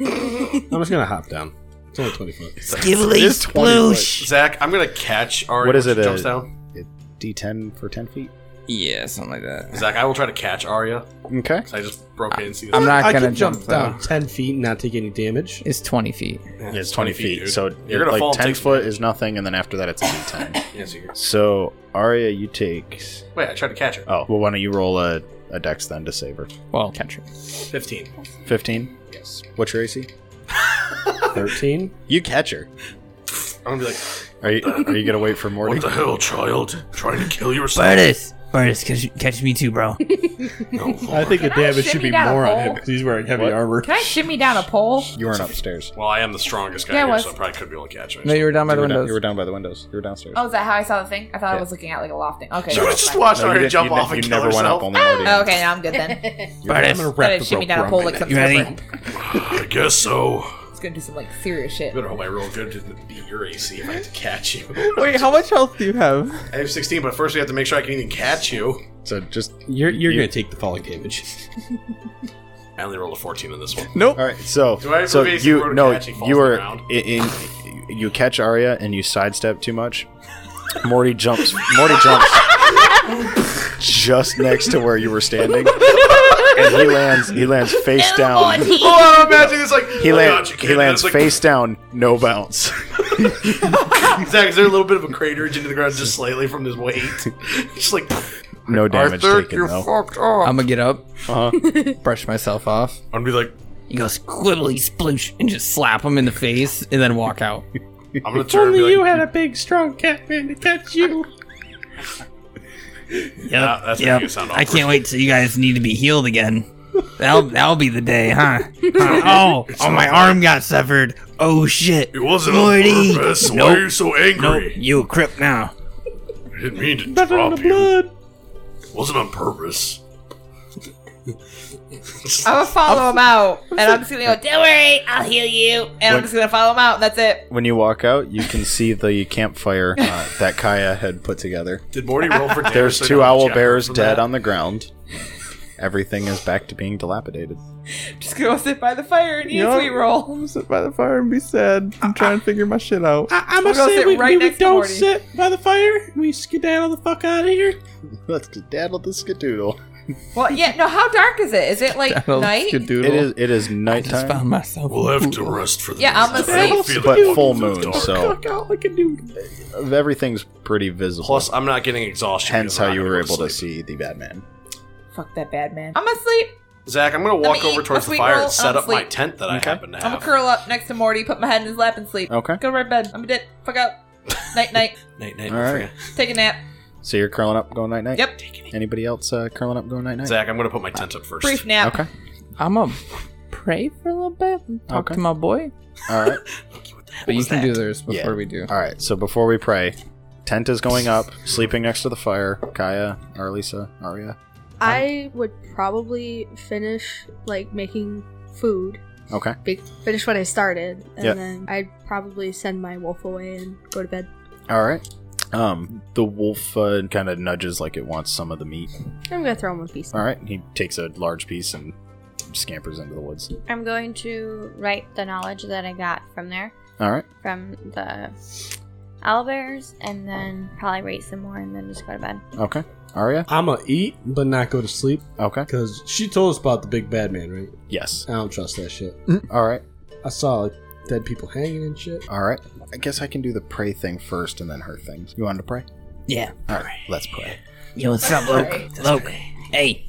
I'm just gonna hop down. It's only 20 foot. It is 20 foot. Zach, I'm gonna catch. Ari What is when it, she Jumps uh, down. D10 for 10 feet. Yeah, something like that. Zach, I will try to catch Arya. Okay. 'cause I just broke in. See I'm not I gonna can jump, down though. 10 feet and not take any damage. It's twenty feet. It's 20 feet. dude. so you're gonna like fall. and 10 take- foot is nothing, and then after that, it's a d10. Yeah, so you're- so, Arya, you take. Wait, I tried to catch her. Oh, well, why don't you roll a, a dex then to save her? Well, catch it. Fifteen. 15? Yes. What's your AC? 13. You catch her. I'm gonna be like, Are you, are you going to wait for Morty? What the hell, child? Trying to kill yourself? Bartis, Bartis, catch, catch me too, no, bro. I think the Can I damage should shimmy be down a more on hole? him because he's wearing heavy What? armor. Can I shimmy down a pole? You weren't upstairs. well, I am the strongest guy Yeah, I here, was. so I probably could be able to catch her. No, you were down by you, the were down, windows. you were down by the windows. You were downstairs. Oh, is that how I saw the thing? I thought Yeah. I was looking at like a lofting. Okay. Should that's have just fine. watched No, you Arya didn't- jump you off ne- and you kill never went up, herself. only Morty. Oh, okay, now I'm good then. I'm gonna Bartis, wrap Gotta the shimmy rope down a around pole my like neck. some you ready? slipper. I guess so. It's gonna do some like serious I shit. better hope I roll good to beat your AC if I have to catch you. Wait, how much health do you have? I have 16, but first we have to make sure I can even catch you. So just you're you're gonna take the falling damage. I only rolled a 14 on this one. Nope. All right. So, Do I have so pervasive you road no, catch? He falls you to the are ground. i- in, you catch Arya and you sidestep too much. Morty jumps. Morty jumps just next to where you were standing, and he lands. He lands face down. Oh, I'm imagining it's like He, oh, land, God, you he can't. lands It's like- face down, no bounce. Exactly. Is there a little bit of a craterage into the ground just slightly from his weight? just like No damage I think taken, you're though. fucked up. I'm gonna get up, Uh-huh. brush myself off. I'm gonna be like, You go squibbly sploosh and just slap him in the face and then walk out. I'm gonna If turn. and only be you like, had a big, strong Catman to catch you. Yeah, that's yep. making it sound I awkward. can't wait till you guys need to be healed again. That'll that'll be the day, huh? Huh? Oh, oh, my arm got severed. Oh shit! It wasn't Morty. on purpose. Why Nope. are you so Nope, angry? you a crip now. I didn't mean to Better than drop the you. blood. It wasn't on purpose. I'm gonna follow him out, and I'm just gonna go. Don't worry, I'll heal you. And I'm just gonna follow him out, and that's it. When you walk out, you can see the campfire uh, that Kaya had put together. Did Morty roll for damage? There's so I two don't owl check bears from dead that? on the ground. Everything is back to being dilapidated. Just gonna go sit by the fire and eat a sweet roll. I'm sit by the fire and be sad. I'm trying to figure my shit out. I, I'm We'll gonna go say sit we, right we next to don't Morty. sit by the fire. We skedaddle the fuck out of here. Let's daddle the skadoodle. Well, yeah, no. How dark is it? Is it like night? It is it is Just nighttime, found myself. We'll have to rest for the Yeah, I'm night. asleep. I don't feel like but walking full through the moon, dark. so Fuck out like a dude. everything's pretty visible. Plus, I'm not getting exhaustion. hence because I'm how not you gonna were go able to sleep. see the Batman. Fuck that bad man. I'm asleep. Zach, I'm gonna walk gonna over eat towards the a sweet fire roll, and set I'm up my asleep. tent that I Okay. happen to I'm gonna have. curl up next to Morty, put my head in his lap, and sleep. Okay, Go to red bed. I'm a dip. Fuck out. Night, night. Night, night. All don't right. forget. Take a nap. so you're curling up, going night night. Yep. Anybody else uh, curling up, going night night? Zach, I'm gonna put my tent up first. Brief nap. Okay. I'm a pray for a little bit. And talk Okay. to my boy. All right. But you can do theirs before Yeah. we do. All right. So before we pray, tent is going up. Sleeping next to the fire, Kaya, Arlisa, Arya. I would probably finish like making food, Okay. be- finish what I started, and Yeah. then I'd probably send my wolf away and go to bed. All right. Um, the wolf uh, kind of nudges like it wants some of the meat. I'm gonna throw him a piece. All right. He takes a large piece and scampers into the woods. I'm going to write the knowledge that I got from there, All right. from the owlbears, and then probably write some more and then just go to bed. Okay. Arya. I'ma eat, but not go to sleep, Okay. cause she told us about the big bad man, right? Yes. I don't trust that shit. Mm. All right. I saw like dead people hanging and shit. All right. I guess I can do the pray thing first and then her thing. You want to pray? Yeah. All right. Let's pray. Yo, what's up, Luke? Luke. Hey,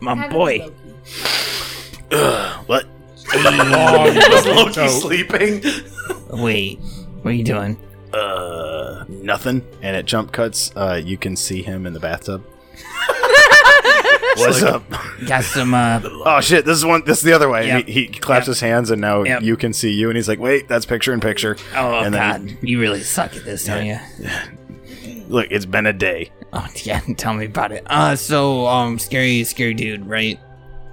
my boy. What? Was Loki sleeping? Wait, what are you doing? Uh, nothing. And at jump cuts, uh, you can see him in the bathtub. What's up? Got some uh, Oh shit! This is one. This is the other way. Yep. He, he claps Yep. his hands, and now Yep. you can see you. And he's like, "Wait, that's picture in picture." Oh and God, Then, you really suck at this, don't you? look, it's been a day. Oh yeah, tell me about it. Uh, so um, scary, scary dude, right?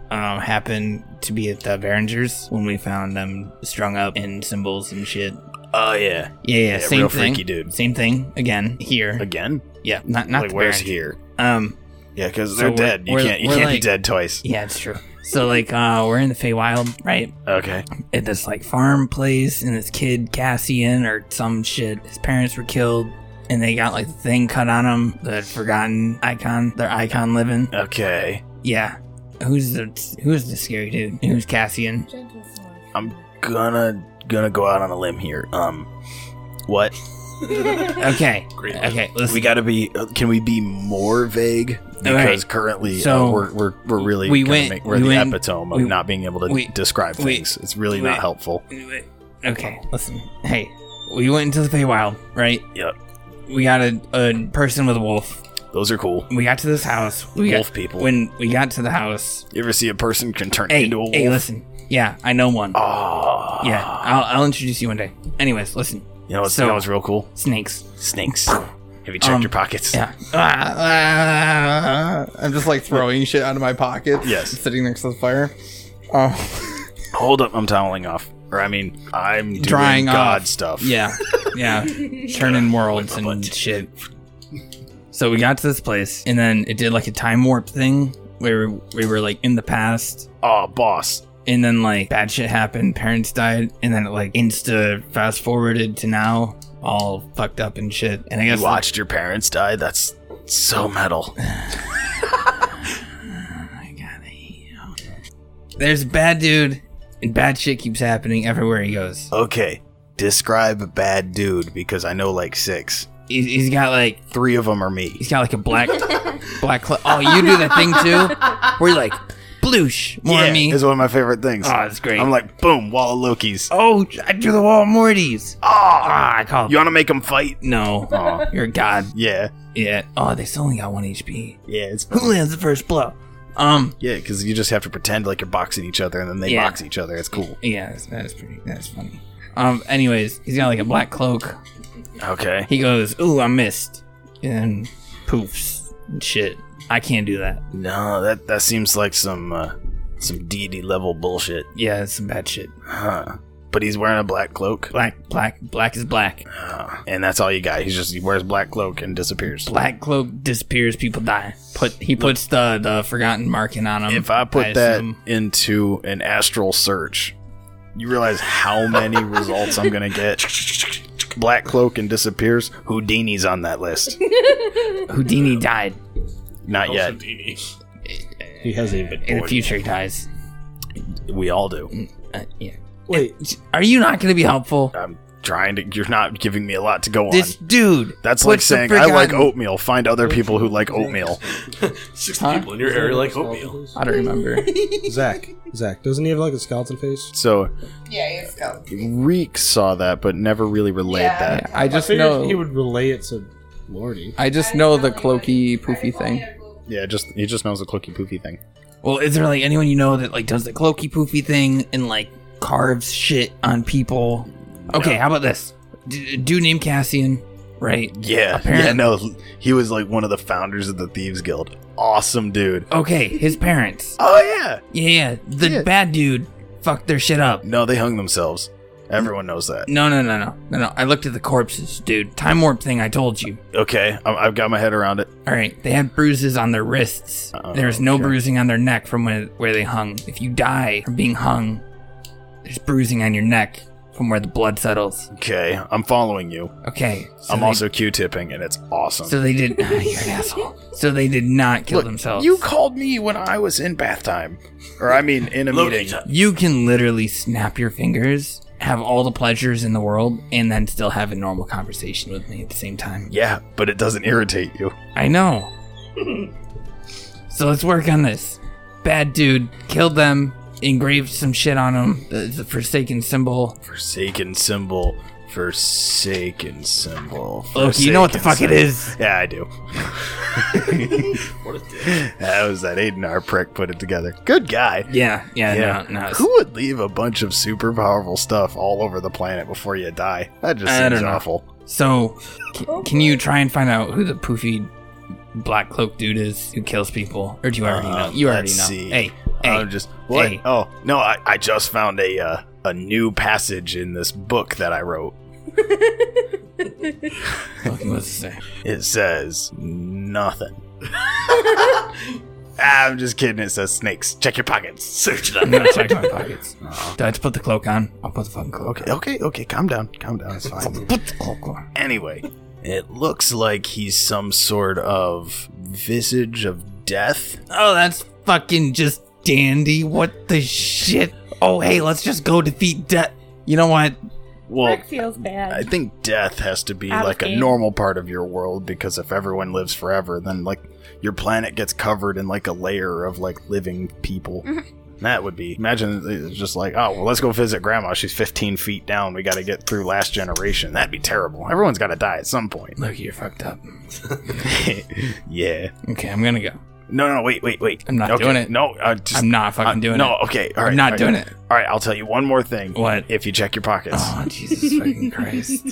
Um, happened to be at the Behringers when we found them strung up in symbols and shit. Oh yeah. Yeah, yeah, Yeah, same real thing. freaky dude. Same thing again here. Again? yeah, not not like the where's Behringers. here? Um, Yeah, because So they're we're- dead. You we're- can't. You we're can't be like- dead twice. yeah, it's true. So like, uh, we're in the Feywild, right? Okay. at this like farm place and this kid Cassian or some shit. His parents were killed and they got like the thing cut on them, the forgotten icon, their icon living. Okay. Yeah. Who's the who's the scary dude? Who's Cassian? I'm gonna gonna go out on a limb here. Um, what? Okay. Great. Okay, listen. We gotta be. uh, Can we be more vague? All Because right. currently, So, uh, we're, we're we're really we gonna went- make, we're we the went- epitome of we- not being able to we- describe we- things. It's really we- not helpful. Okay, listen. Hey, we went into the Feywild, right? Yep. We got a, a person with a wolf. Those are cool. We got to this house. We got- wolf people. When we got to the house, you ever see a person can turn hey, into a wolf? hey, listen. Yeah, I know one. Oh, Yeah, I'll, I'll introduce you one day. Anyways, listen, You know what's, So- you know what's real cool? snakes. Snakes. Have you checked Um, your pockets? Yeah. Ah, I'm just like throwing shit out of my pocket. Yes. Sitting next to the fire. Oh. Hold up, I'm toweling off. Or I mean, I'm doing Drying God off. stuff. Yeah, yeah, churning worlds and shit. So we got to this place, and then it did like a time warp thing where we were like in the past. Oh, boss! And then like bad shit happened, parents died, and then it like insta fast forwarded to now, all fucked up and shit. And I guess you watched your parents die. That's so metal. there's a bad dude, and bad shit keeps happening everywhere he goes. Okay, describe a bad dude because I know like six. He's, he's got like three of them are me. He's got like a black, black. Cl- oh, you do that thing too, where you're like, bloosh, more yeah, me. is one of my favorite things. Oh, that's great. I'm like, boom, wall of Loki's. Oh, I do the wall of Mortys. Ah, Oh, I call. You want to make them fight? No, Aw. you're a god. Yeah, yeah. Oh, they still only got one HP. Yeah, it's who lands the first blow. Um, yeah, because you just have to pretend like you're boxing each other, and then they Yeah. box each other. It's cool. Yeah, that's, that's pretty. That's funny. Um. Anyways, he's got like a black cloak. Okay. He goes, "Ooh, I missed," and poofs and shit. I can't do that. No, that that seems like some uh, some deity level bullshit. Yeah, it's some bad shit. Huh. But he's wearing a black cloak. Black, black, black is black. and that's all you got. He's just he wears black cloak and disappears. Black cloak disappears. People die. Put he puts the the forgotten marking on him. If I put that assume. into an astral search, you realize how many results I'm gonna get. Black cloak and disappears. Houdini's on that list. Houdini died. Not Oh, yet. He hasn't even been in the born future, he dies. We all do. Uh, yeah. Wait, are you not going to be helpful? I'm trying to. You're not giving me a lot to go This on. dude. That's like puts the saying I like forgotten- oatmeal. Find other people who like oatmeal. Six Huh? people in your area like oatmeal. I don't remember. Zach, Zach, doesn't he have like a skeleton face? So Yeah, he has scalp. Reek saw that, but never really relayed Yeah. that. I just figured know- he would relay it to Lordy. I just know the cloaky poofy thing. Yeah, just he just knows the clooky poofy thing. Well, is there like anyone you know that like does the cloaky poofy thing and like carves shit on people? Okay, how about this? D- dude named Cassian, right? Yeah, Apparent- yeah, no, he was like one of the founders of the Thieves Guild. Awesome dude. Okay, his parents. Oh yeah, Yeah, yeah. The bad dude fucked their shit up. no, they hung themselves. Everyone knows that. No, no, no, no, no, no. I looked at the corpses, dude. Time warp thing. I told you. Okay, I- I've got my head around it. All right, they had bruises on their wrists. Oh, there was no bruising on their neck from where, where they hung. If you die from being hung, there's bruising on your neck from where the blood settles. Okay, I'm following you. Okay, so I'm they- also Q-tipping, and it's awesome. So they did. Ah, you're an asshole. So they did not kill Look, themselves. You called me when I was in bath time, or I mean, in a Loading meeting. time. You can literally snap your fingers, have all the pleasures in the world, and then still have a normal conversation with me at the same time. Yeah, but it doesn't irritate you. I know. so let's work on this. Bad dude killed them, engraved some shit on them. The, the forsaken symbol. Forsaken symbol. Forsaken symbol. Look, you know what the fuck Forsaken it is. Yeah, I do. What a dick. That was that Aiden R. prick put it together. Good guy. Yeah, yeah, no, no. Who would leave a bunch of super powerful stuff all over the planet before you die? That just I seems don't know. awful. So, c- can you try and find out who the poofy black cloak dude is who kills people, or do you already know? Um, You already let's know. see. Hey, hey, I'm just what? Hey. Oh no, I, I just found a uh, a new passage in this book that I wrote. Fucking what's it say? It says nothing. I'm just kidding. It says snakes. Check your pockets. Search I'm them. gonna check my pockets. Do I just put the cloak on? I'll put the fucking cloak Okay, okay, okay. Calm down. Calm down. It's fine. on. Put the cloak on. Anyway, it looks like he's some sort of visage of death. Oh, that's fucking just dandy. What the shit? Oh, hey, let's just go defeat death. You know what? Well, feels bad. I think death has to be Out of like a game. normal part of your world because if everyone lives forever, then like your planet gets covered in like a layer of like living people. Mm-hmm. That would be imagine it's just like oh well let's go visit grandma she's 15 feet down we got to get through last generation that'd be terrible everyone's got to die at some point Look, you're fucked up. yeah Okay, I'm gonna go. No, no, wait, wait, wait. I'm not Okay, doing it. No, uh, just, I'm not fucking doing no, it. No, okay, all right. I'm not all right. doing it. All right, I'll tell you one more thing. What? If you check your pockets, Oh, Jesus fucking Christ.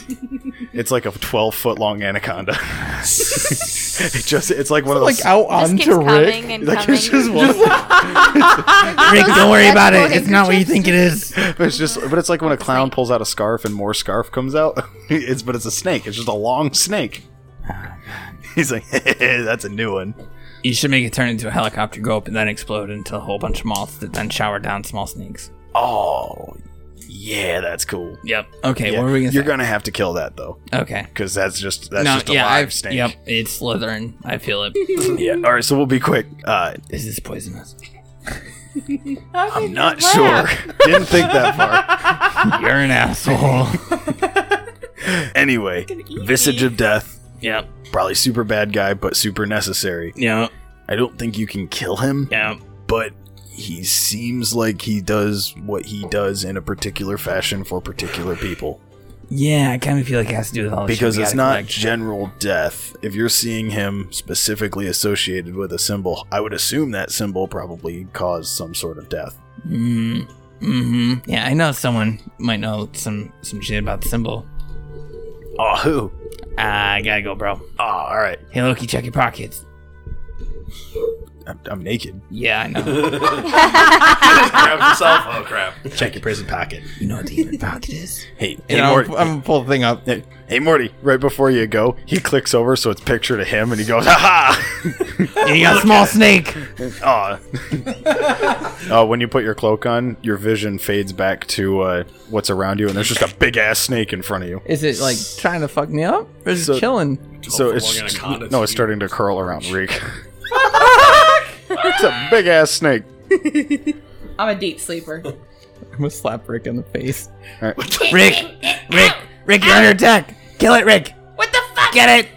it's like a 12 foot long anaconda. it just, it's like one of those. Like out Just onto keeps Rick. coming and like coming. it's just one. Rick, don't worry about it. It's not what you think it is. But it's just, but it's like when a clown pulls out a scarf and more scarf comes out. It's, but it's a snake. It's just a long snake. Ah, He's like, that's a new one. You should make it turn into a helicopter, go up, and then explode into a whole bunch of moths that then shower down small snakes. Oh, yeah, that's cool. Yep. Okay, Yeah. what were we gonna You're say? gonna have to kill that though, okay. because that's just that's no, just a yeah, live I've, snake. Yep, it's Slytherin. I feel it. Yeah. All right, so we'll be quick. Uh, This is poisonous. I'm not sure. Didn't think that far. You're an asshole. Anyway, visage of death. yep. Probably super bad guy, but super necessary. Yep. I don't think you can kill him, Yep. but he seems like he does what he does in a particular fashion for particular people. Yeah, I kind of feel like it has to do with all the because shit we it's gotta not collect. general death. If you're seeing him specifically associated with a symbol, I would assume that symbol probably caused some sort of death. Mm, hmm Yeah, I know someone might know some some shit about the symbol. Oh, who? Ah, I gotta go, bro. Oh, all right. Hey, Loki, check your pockets. I'm, I'm naked. Yeah, I know. Grabs himself. Oh crap! Check your prison pocket. you know what the human pocket is. Hey, You hey, know, Morty. I'm gonna pull the thing up. Hey, hey, Morty. Right before you go, he clicks over so it's picture to him, and he goes, "Ha And you got a small snake. ha!" Oh. uh, when you put your cloak on, your vision fades back to uh, what's around you, and there's just a big ass snake in front of you. Is it like trying to fuck me up, or is So- it chilling? So for it's long anaconda no, it's to starting to curl around Reek. it's a big ass snake. I'm a deep sleeper. I'm gonna slap Rick in the face. All Rick, Rick, Rick, you're under attack. Kill it, Rick. What the fuck? Get it,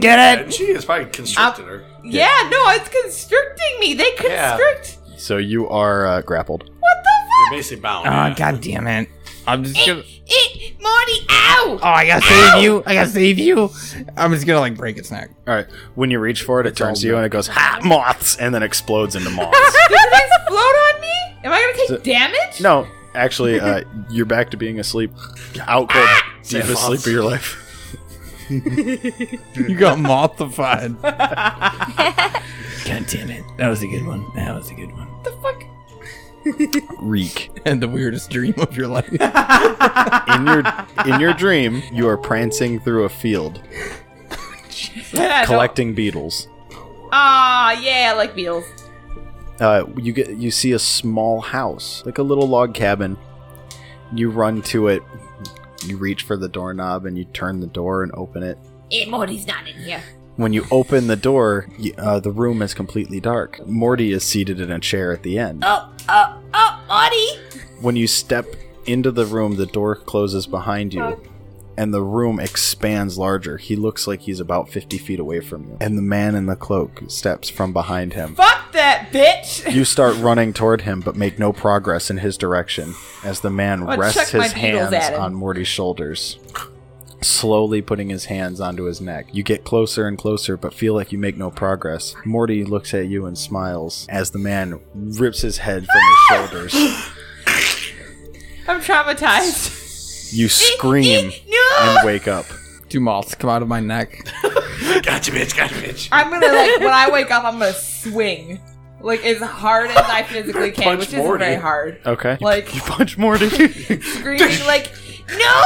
get And she is probably constricted her. yeah, no, it's constricting me. They constrict. So you are uh, grappled. You're basically bound. Oh god damn it! I'm just gonna. Eh, Morty, ow! Oh, I gotta save you! I gotta save you! I'm just gonna like break its neck. All right. When you reach for it, it turns to you and it goes, "Ha, moths!" and then explodes into moths. Does it explode on me? Am I gonna take damage? No, actually, uh, you're back to being asleep. Out cold, Ah! deepest sleep of your life. You got mothified. god damn it! That was a good one. That was a good one. What the fuck? Reek. And the weirdest dream of your life. In your in your dream, you are prancing through a field, Yeah, collecting beetles. Ah, yeah, I like beetles. Uh, you get you see a small house, like a little log cabin. You run to it. You reach for the doorknob and you turn the door and open it. Eh, Morty's not in here. When you open the door, y uh, the room is completely dark. Morty is seated in a chair at the end. Oh, oh, oh, Morty! When you step into the room, the door closes behind you, and the room expands larger. He looks like he's about 50 feet away from you. And the man in the cloak steps from behind him. Fuck that bitch. You start running toward him, but make no progress in his direction as the man I'll rests chuck my his beetles hands at him. on Morty's shoulders, slowly putting his hands onto his neck. You get closer and closer, but feel like you make no progress. Morty looks at you and smiles as the man rips his head from his shoulders. I'm traumatized. You scream and wake up. Two moths come out of my neck. Gotcha, bitch. Gotcha, bitch. I'm gonna like when I wake up, I'm gonna swing like as hard as I physically can, Punch which Morty. isn't very hard. Okay. Like- you punch Morty. Screaming like, "No,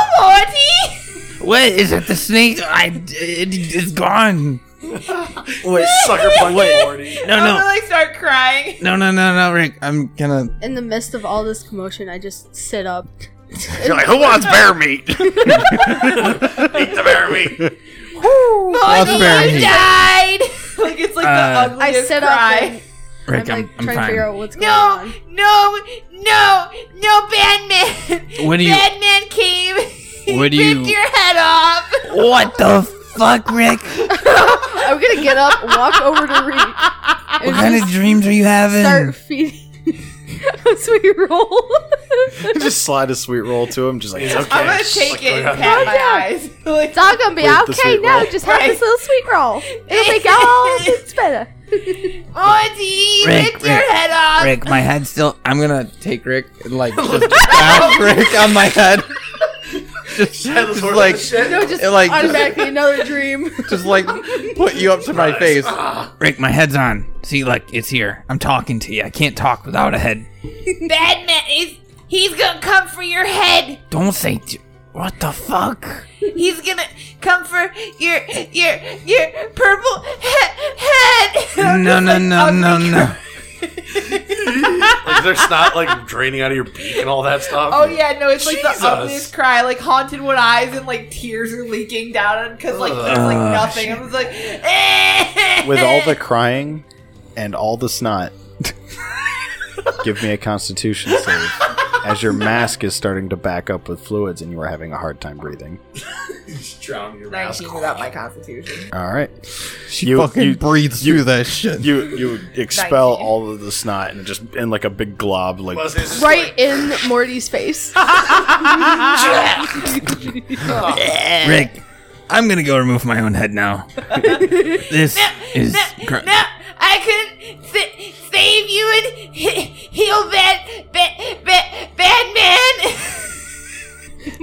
Morty!" What is it? The snake? I it, it's gone. Wait, sucker punch Morty. No, I'm no, gonna like start crying. no, no, no, no, Rick. I'm gonna. In the midst of all this commotion, I just sit up. You're like, who wants bear meat? Eat the bear meat. Lost bear You heat. died. like it's like Uh, the I ugliest sit up cry. and Rick, I'm I'm, like I'm trying to figure out fine. what's going No, on. no, no, no, Batman! What do you- Batman came. He What do you- Ripped your head off. What the fuck, Rick? I'm gonna get up, walk over to Reek, What and kind of just dreams are you having? start feeding. a Sweet roll. just slide a sweet roll to him, just like, He's okay. I'm gonna take Like, it go down. and pat Calm down. my eyes. like, It's all gonna be With the okay sweet now. roll. Just have Right. this little sweet roll. It'll make all things better. Auntie, Rick, get your head off. Rick, my head's still. I'm gonna take Rick and like just tap Rick on my head. just, just like, no, just and, like, automatically another dream. just like put you up to my face. Rick, my head's on. See, like it's here. I'm talking to you. I can't talk without a head. Batman is. He's gonna come for your head. Don't say. T- what the fuck? He's gonna come for your your your purple he- head. No, no, no, no, no. Like, is there snot like draining out of your beak and all that stuff? Oh yeah, no, it's like Jesus. the ugliest cry, like haunted one eyes and like tears are leaking down because like there's like Ugh. nothing. I was like, "Eh!" With all the crying and all the snot, give me a constitution save. As your mask is starting to back up with fluids and you are having a hard time breathing. Just drown your mask. nineteen without my constitution. All right. She fucking breathes through that shit. You you expel all of the snot and it just in like a big glob like Right in Morty's face. Rick, I'm gonna go remove my own head now. this is. Gr- No, I couldn't sa- save you and he- heal bad bad bad Batman.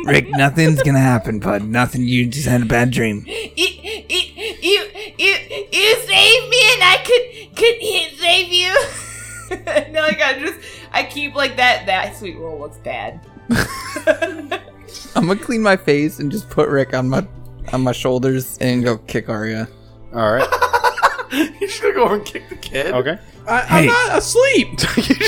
Rick, nothing's gonna happen, bud. Nothing. You just had a bad dream. you, you, you, you, you saved me and I could, couldn't save you. no, like I just I keep like that that sweet roll looks bad. I'm gonna clean my face and just put Rick on my on my shoulders and go kick Arya. All right. You should go over and kick the kid. Okay. I, Hey. I'm not asleep.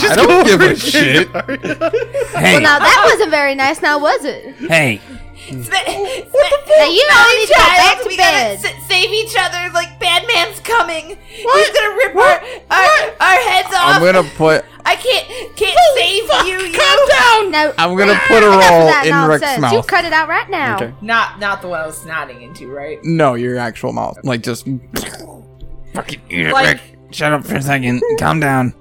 I don't give a shit. Well, hey, now that wasn't very nice, now was it? hey, what the Now you all need to go back to we gotta bed. s- save each other. Like Batman's coming. He's gonna rip our, our our heads off. I'm gonna put I can't can't save you. you. Now, I'm gonna Ah, put a enough of roll that in Rick's nonsense. You mouth. cut it out right now. Okay. Not not the one I was snotting into, right? no your actual mouth, like just fucking eat it, Like- Rick. Shut up for a second. Calm down.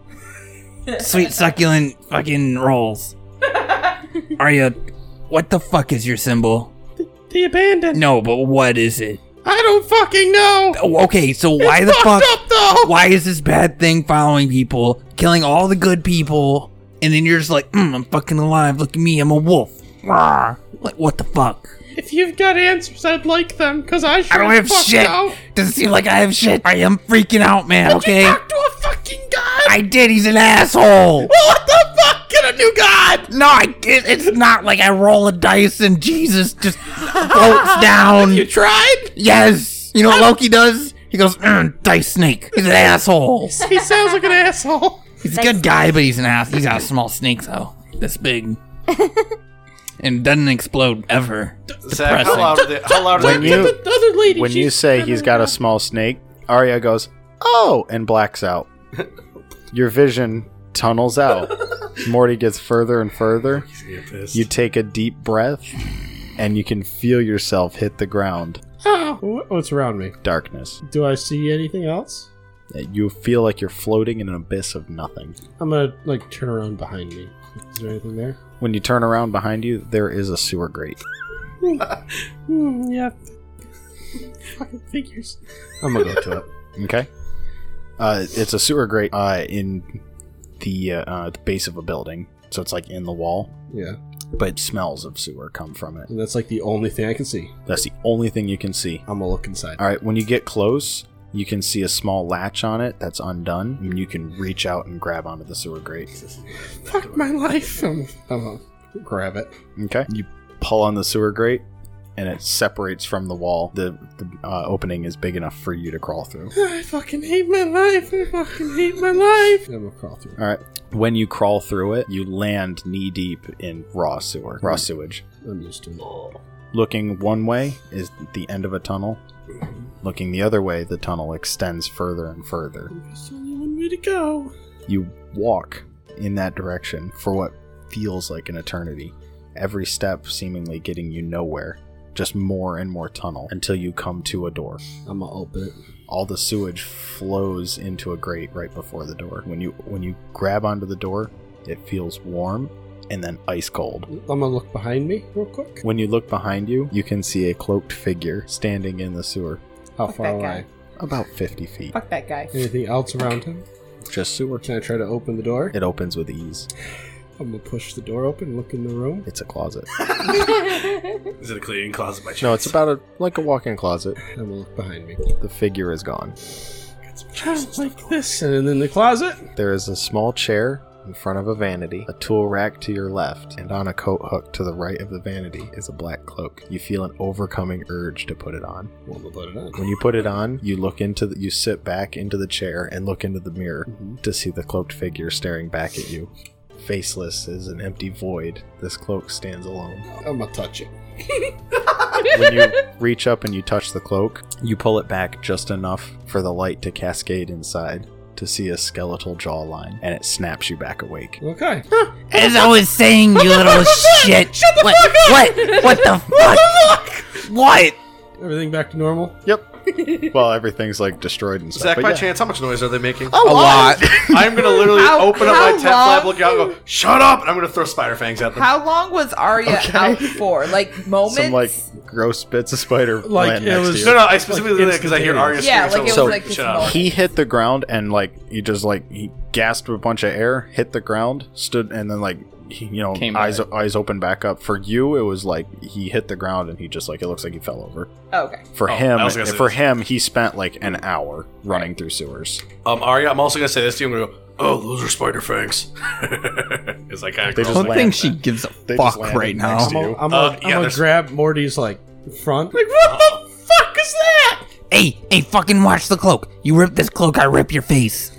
Sweet succulent fucking rolls. Arya, what the fuck is your symbol? The abandoned. No, but what is it? I don't fucking know. Oh, okay, so why It's the fuck? fucked up, though. Why is this bad thing following people, killing all the good people, and then you're just like, mm, I'm fucking alive. Look at me, I'm a wolf. Rawr. Like, what the fuck? If you've got answers, I'd like them, cause I I sure don't as have fuck shit. know. Doesn't seem like I have shit. I am freaking out, man. Okay, Talk to a fucking god. I did. He's an asshole. Well, what the fuck? Get a new god. No, I, it, it's not like I roll a dice and Jesus just floats down. You tried? Yes. You know what Loki does? He goes, mm, dice snake. He's an asshole. He sounds like an asshole. He's a good guy, but he's an ass. He's got a small snake though, this big, and doesn't explode ever. Zach, how Depressing. loud are they? How loud are When they? you- The other lady. When you she's- say he's got a small snake, Arya goes, "Oh," and blacks out. Your vision tunnels out. Morty gets further and further. You take a deep breath and you can feel yourself hit the ground. Oh, wh- what's around me? Darkness. Uh, Do I see anything else? You feel like you're floating in an abyss of nothing. I'm gonna like turn around behind me. Is there anything there? When you turn around behind you, there is a sewer grate. Hmm, yeah. Fucking figures. I'm gonna go to it. Okay. Uh, it's a sewer grate uh, in the, uh, uh, the base of a building, so it's like in the wall, Yeah, but smells of sewer come from it. and that's like the only thing I can see. That's the only thing you can see. I'm gonna look inside. All right, when you get close, you can see a small latch on it that's undone, and you can reach out and grab onto the sewer grate. Fuck my life. I'm, I'm gonna Uh-huh. grab it. Okay. You pull on the sewer grate, and it separates from the wall. The, the uh, opening is big enough for you to crawl through. I fucking hate my life. I fucking hate my life. I'm gonna crawl through. All right. When you crawl through it, you land knee deep in raw sewer, raw sewage. I'm used to it. Looking one way is the end of a tunnel. Looking the other way, the tunnel extends further and further. There's only one way to go. You walk in that direction for what feels like an eternity, every step seemingly getting you nowhere, just more and more tunnel until you come to a door. I'm gonna open it. All the sewage flows into a grate right before the door. When you when you grab onto the door, it feels warm and then ice cold. I'm gonna look behind me real quick. When you look behind you, you can see a cloaked figure standing in the sewer. How Fuck far that away? About 50 feet. Fuck that guy. Anything else around him? Just sewer. Can I try to open the door? It opens with ease. I'm gonna push the door open, look in the room. It's a closet. Is it a cleaning closet by chance? no, it's about a like a walk-in closet. I'm gonna look behind me. The figure is gone. Just like this, and in the closet. There is a small chair in front of a vanity, a tool rack to your left, and on a coat hook to the right of the vanity is a black cloak. You feel an overcoming urge to put it on. Well, I'm gonna put it on. When you put it on, you look into the, you sit back into the chair and look into the mirror Mm-hmm. to see the cloaked figure staring back at you. Faceless is an empty void. This cloak stands alone. I'm gonna touch it. when you reach up and you touch the cloak, you pull it back just enough for the light to cascade inside to see a skeletal jawline, and it snaps you back awake. Okay. As I was saying, you little shit. Shut the what, fuck up. What? What the fuck? What? Everything back to normal. Yep. well, everything's like destroyed and stuff. Zach, but by yeah. chance, how much noise are they making? A lot. I'm gonna literally How- open up how my tent flap, long? look out, and go, shut up! And I'm gonna throw spider fangs at them. How long was Arya Okay. out for? Like moments? Some like gross bits of spider Like, land it next was- to No, you. no, I specifically did it because I hear Arya instantaneous. scream. Yeah, like it so was like this shut up. moment. He hit the ground and like he just like he gasped a bunch of air, hit the ground, stood, and then like he, you know Came eyes eyes open back up. For you, it was like he hit the ground and he just like it looks like he fell over. Oh, okay. For Oh, him, I was gonna say for this. him, he spent like an hour running through sewers. Um, Arya, I'm also gonna say this to you. I'm gonna go, oh, those are spider fangs. It's like kind of They I just don't land think that. she gives a They just fuck landed right next now. to I'm gonna you. I'm gonna- Uh, I'm yeah, gonna there's- grab Morty's like front. Like what the fuck is that? Hey, hey, fucking watch the cloak. You rip this cloak, I rip your face.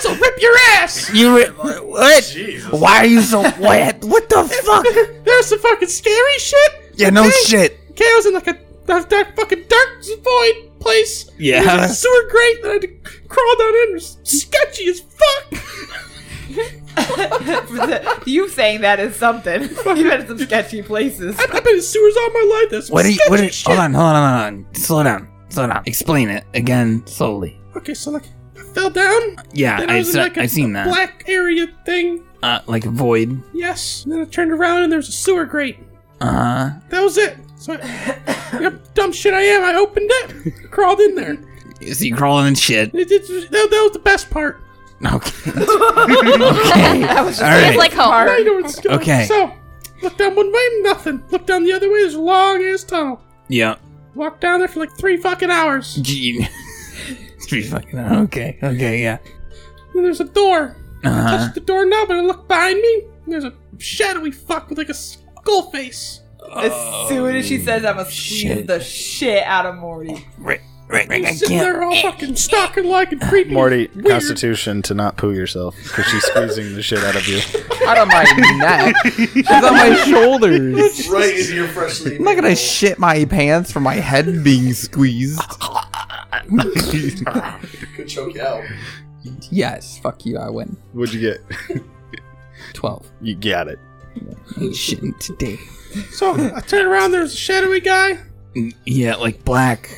so rip your ass. You rip. What? Why are you so. What, what the fuck? There's some fucking scary shit. Yeah, no shit. Okay, I was in like a that, that fucking dark void place. Yeah. It was a sewer grate that I had to crawl down in. It was sketchy as fuck. you saying that is something. You've been in some sketchy places. I've, I've been in sewers all my life. That's What are you. sketchy What are, shit. hold on, hold on, hold on. Slow down. Slow down. Explain it again slowly. Okay, so like I fell down. Yeah, then I I, was se- in like a, I seen a that. black area thing. uh, like void. Yes. And then I turned around and there was a sewer grate. Uh huh. That was it. So I, you know, dumb shit I am. I opened it, crawled in there. Is he crawling and shit? It, it, that, that was the best part. Okay. okay. That was just All right. It's like home. Now you know where it's going. Okay. So look down one way, nothing. Look down the other way. There's a long ass tunnel. Yeah. Walked down there for like three fucking hours. Gee. She's fucking. Okay. Okay. Yeah. Then there's a door. Uh-huh. Touched the door knob and I look behind me. And there's a shadowy fuck with like a skull face. As soon as she says, I'm gonna squeeze shit. the shit out of Morty. Right. Right. Right. I He's sitting can't. there all fucking stalking like and creepy. and Morty, weird. Constitution to not poo yourself because she's squeezing the shit out of you. Out of my neck. She's on my shoulders. Right into your freshly. I'm not gonna shit my pants from my head being squeezed. Could choke you out. yes, fuck you, I win. What'd you get? 12. You got it. Ain't shitting today. So I turn around, there's a shadowy guy. Yeah. Like black.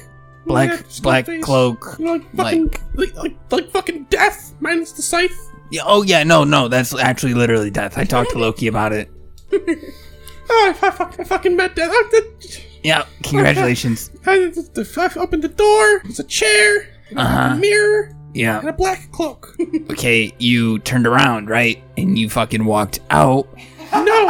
Black. Yeah, skull black face. cloak. You know, like fucking like, like, like fucking death minus the scythe. Yeah, oh yeah. No. No. That's actually literally death. I talked to Loki about it. Oh, I, fu- fuck- I fucking met death. I, Yeah. Congratulations. I, I, I opened the door. There's a chair, Uh a huh. mirror, Yeah. and a black cloak. Okay. You turned around, right? And you fucking walked out. no,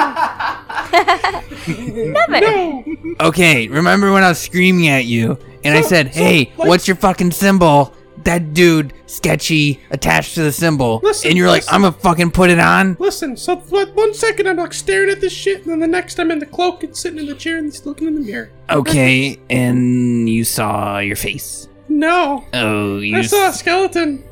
Never. no. Okay, remember when I was screaming at you and I So- said, so, "Hey, like- what's your fucking symbol?" That dude, sketchy, attached to the symbol, Listen, and you're like, listen. "I'm gonna fucking put it on." Listen, so what, one second I'm like staring at this shit, and then the next I'm in the cloak and sitting in the chair and just looking in the mirror. Okay, and you saw your face. No, Oh, you. I saw a s- skeleton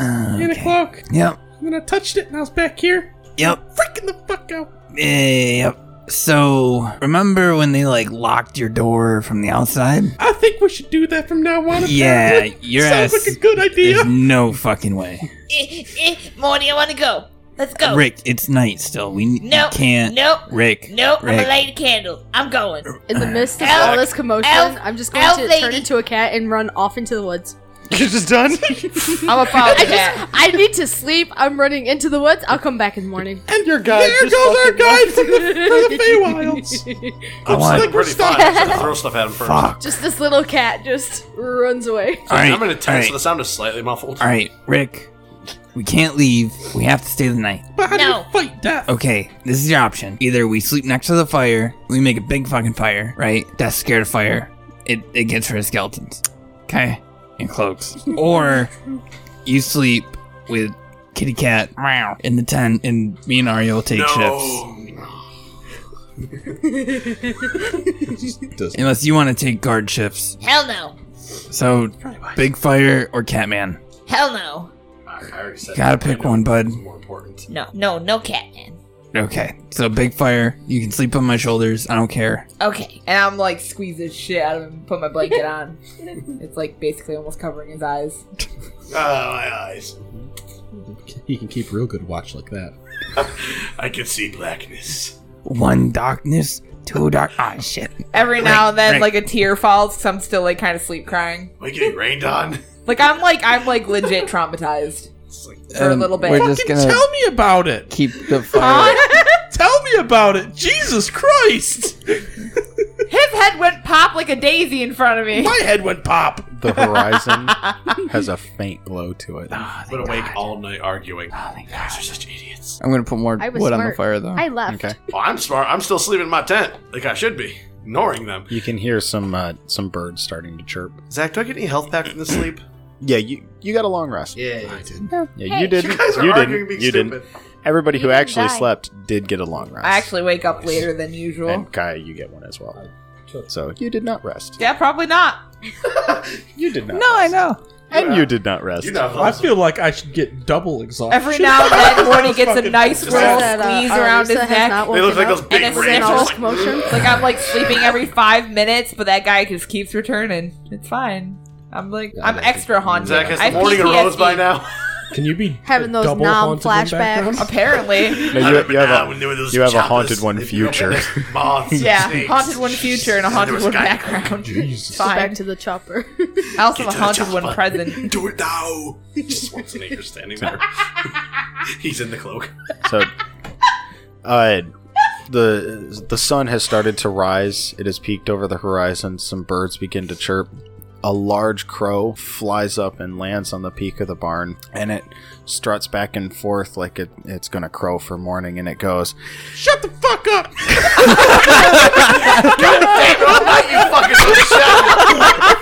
uh, in a okay. cloak, Yep, and then I touched it, and I was back here, yep, freaking the fuck out. eh, yep. So remember when they like locked your door from the outside? I think we should do that from now on. apparently. Yeah, your sounds ass. like a good idea. There's no fucking way, Eh, eh, Morty, I want to go. Let's go. Rick. It's night still. We we Nope. can't. Nope. Rick. Nope. I'm Rick. gonna light a candle. I'm going. In the midst of Elf- all this commotion, elf- I'm just going elf to turn lady. into a cat and run off into the woods. You're just done? I'm a follow I that. just, I need to sleep. I'm running into the woods. I'll come back in the morning. And your guide There just goes our fucking guide left. for the- I'm want- still pretty fine. I'm just gonna throw stuff at him first. Fuck. Just this little cat just runs away. All right, I'm in a tent, all right. so the sound is slightly muffled. All right, Rick, we can't leave. We have to stay the night. No. Fight death. Okay, this is your option. Either we sleep next to the fire, we make a big fucking fire, right? That's scared of fire. It it gets rid of skeletons. Okay? And cloaks. or you sleep with kitty cat in the tent and me and Arya will take shifts. Unless you want to take guard shifts. Hell no. So big fire or catman. Hell no. Gotta pick one, bud. No, no, no Catman. Okay. So big fire, you can sleep on my shoulders, I don't care. Okay. And I'm like squeeze the shit out of him and put my blanket on. it's like basically almost covering his eyes. Oh, my eyes. He can keep real good watch like that. I can see blackness. One darkness, two dark ah shit. Every now and then, Right, like a tear falls because I'm still like kind of sleep crying. Am I getting rained on? Like I'm like I'm like legit traumatized for a Um, little bit. we're just gonna Tell me about it. keep the fire. Tell me about it. Jesus Christ. His head went pop like a daisy in front of me. My head went pop. The horizon has a faint glow to it. Ah, I'm gonna wake all night arguing. Oh, you guys are such idiots. I'm gonna put more I wood was on the smart. fire though. I left. Okay. Well, I'm smart. I'm still sleeping in my tent, like I should be, ignoring them. You can hear some uh, some birds starting to chirp. Zach, do I get any health back from the sleep? Yeah, you you got a long rest. Yeah, I did. Yeah, you didn't. You guys are you didn't. arguing being You stupid. didn't. Everybody who actually die. slept did get a long rest. I actually wake up later than usual. And Kaya, you get one as well. So you did not rest. yeah, probably not. You did not. I know. And you did not rest. I feel like I should get double exhaustion. Every now and then, when he gets a nice Just little that, uh, squeeze around his Arisa has neck, not They look woken like up. those big and a rings, sniffle. just like- Like I'm like sleeping every five minutes, but that guy just keeps returning. It's fine. I'm like I'm extra haunted. Zach has I the morning PTSD. arose by now. Can you be Having those double nom haunted in flashbacks. Apparently. No, you, you have when there were a, those you have a choppers, haunted one future. Moths. Yeah, Snakes. haunted one future and a haunted was one a guy- background. Jesus. Fine. Back to the chopper. I also have a to the haunted one chopper. present. Do it now. Just Schwarzenegger standing there. He's in the cloak. So, uh, the the sun has started to rise. It has peaked over the horizon. Some birds begin to chirp. A large crow flies up and lands on the peak of the barn, and it struts back and forth like it, it's going to crow for morning. And it goes, Shut the fuck up.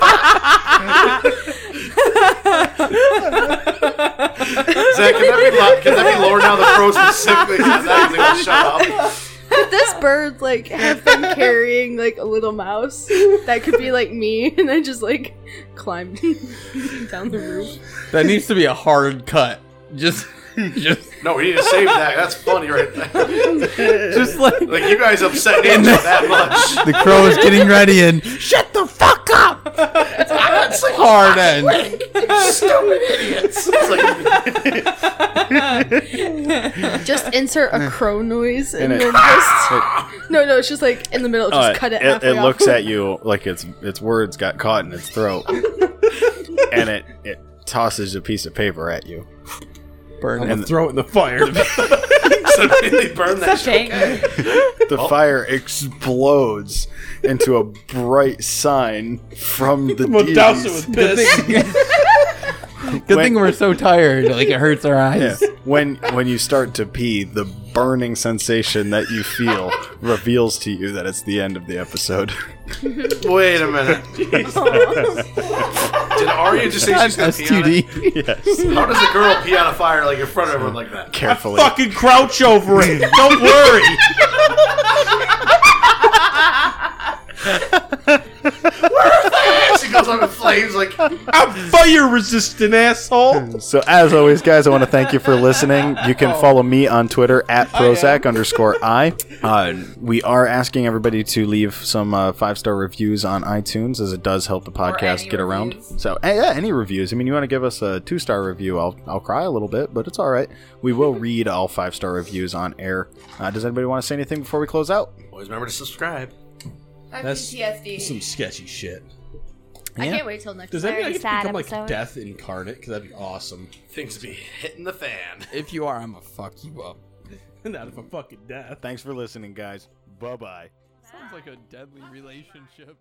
Zach, can that be, lo- can that be lower now? The crow specifically says that 'cause they won't shut up. Could this bird like have been carrying like a little mouse that could be like me, and I just like climbed down the roof. That needs to be a hard cut. Just, just No, we need to save that. That's funny right there. Just like, like you guys upset Ninja that much. the crow is getting ready and shut the fuck up. That's like, Hard end. Stupid idiots. Just insert a crow noise and, And it- then just it- no, no. It's just like in the middle. Just uh, cut it. it, halfway it off. looks at you like its its words got caught in its throat, and it it tosses a piece of paper at you. Burn And and throw it in the fire. They burn that Such anger. The fire explodes into a bright sign from the We'll douse it deities. with piss. Good thing we're so tired. Like it hurts our eyes. Yeah. When when you start to pee, the burning sensation that you feel reveals to you that it's the end of the episode. Wait a minute. Did Arya just say she's gonna pee on it? yes. How does a girl pee on a fire like in front of everyone like that? Carefully. Fucking crouch over it. Don't worry. She goes up in flames like I'm fire resistant, asshole. So as always, guys, I want to thank you for listening. You can follow me on Twitter at Prozac underscore I. Uh, we are asking everybody to leave some uh, five star reviews on iTunes, as it does help the podcast get around. So eh, yeah, any reviews. I mean, you want to give us a two star review, I'll I'll cry a little bit, but it's all right. We will read all five star reviews on air. Uh, does anybody want to say anything before we close out? Always remember to subscribe. That's some sketchy shit. I can't wait till next Does time. that mean I Very get to sad become episode. like death incarnate? Because that'd be awesome. Things be hitting the fan. If you are, I'm gonna fuck you up. Not if I'm fucking death. Thanks for listening, guys. Bye bye. Sounds like a deadly relationship.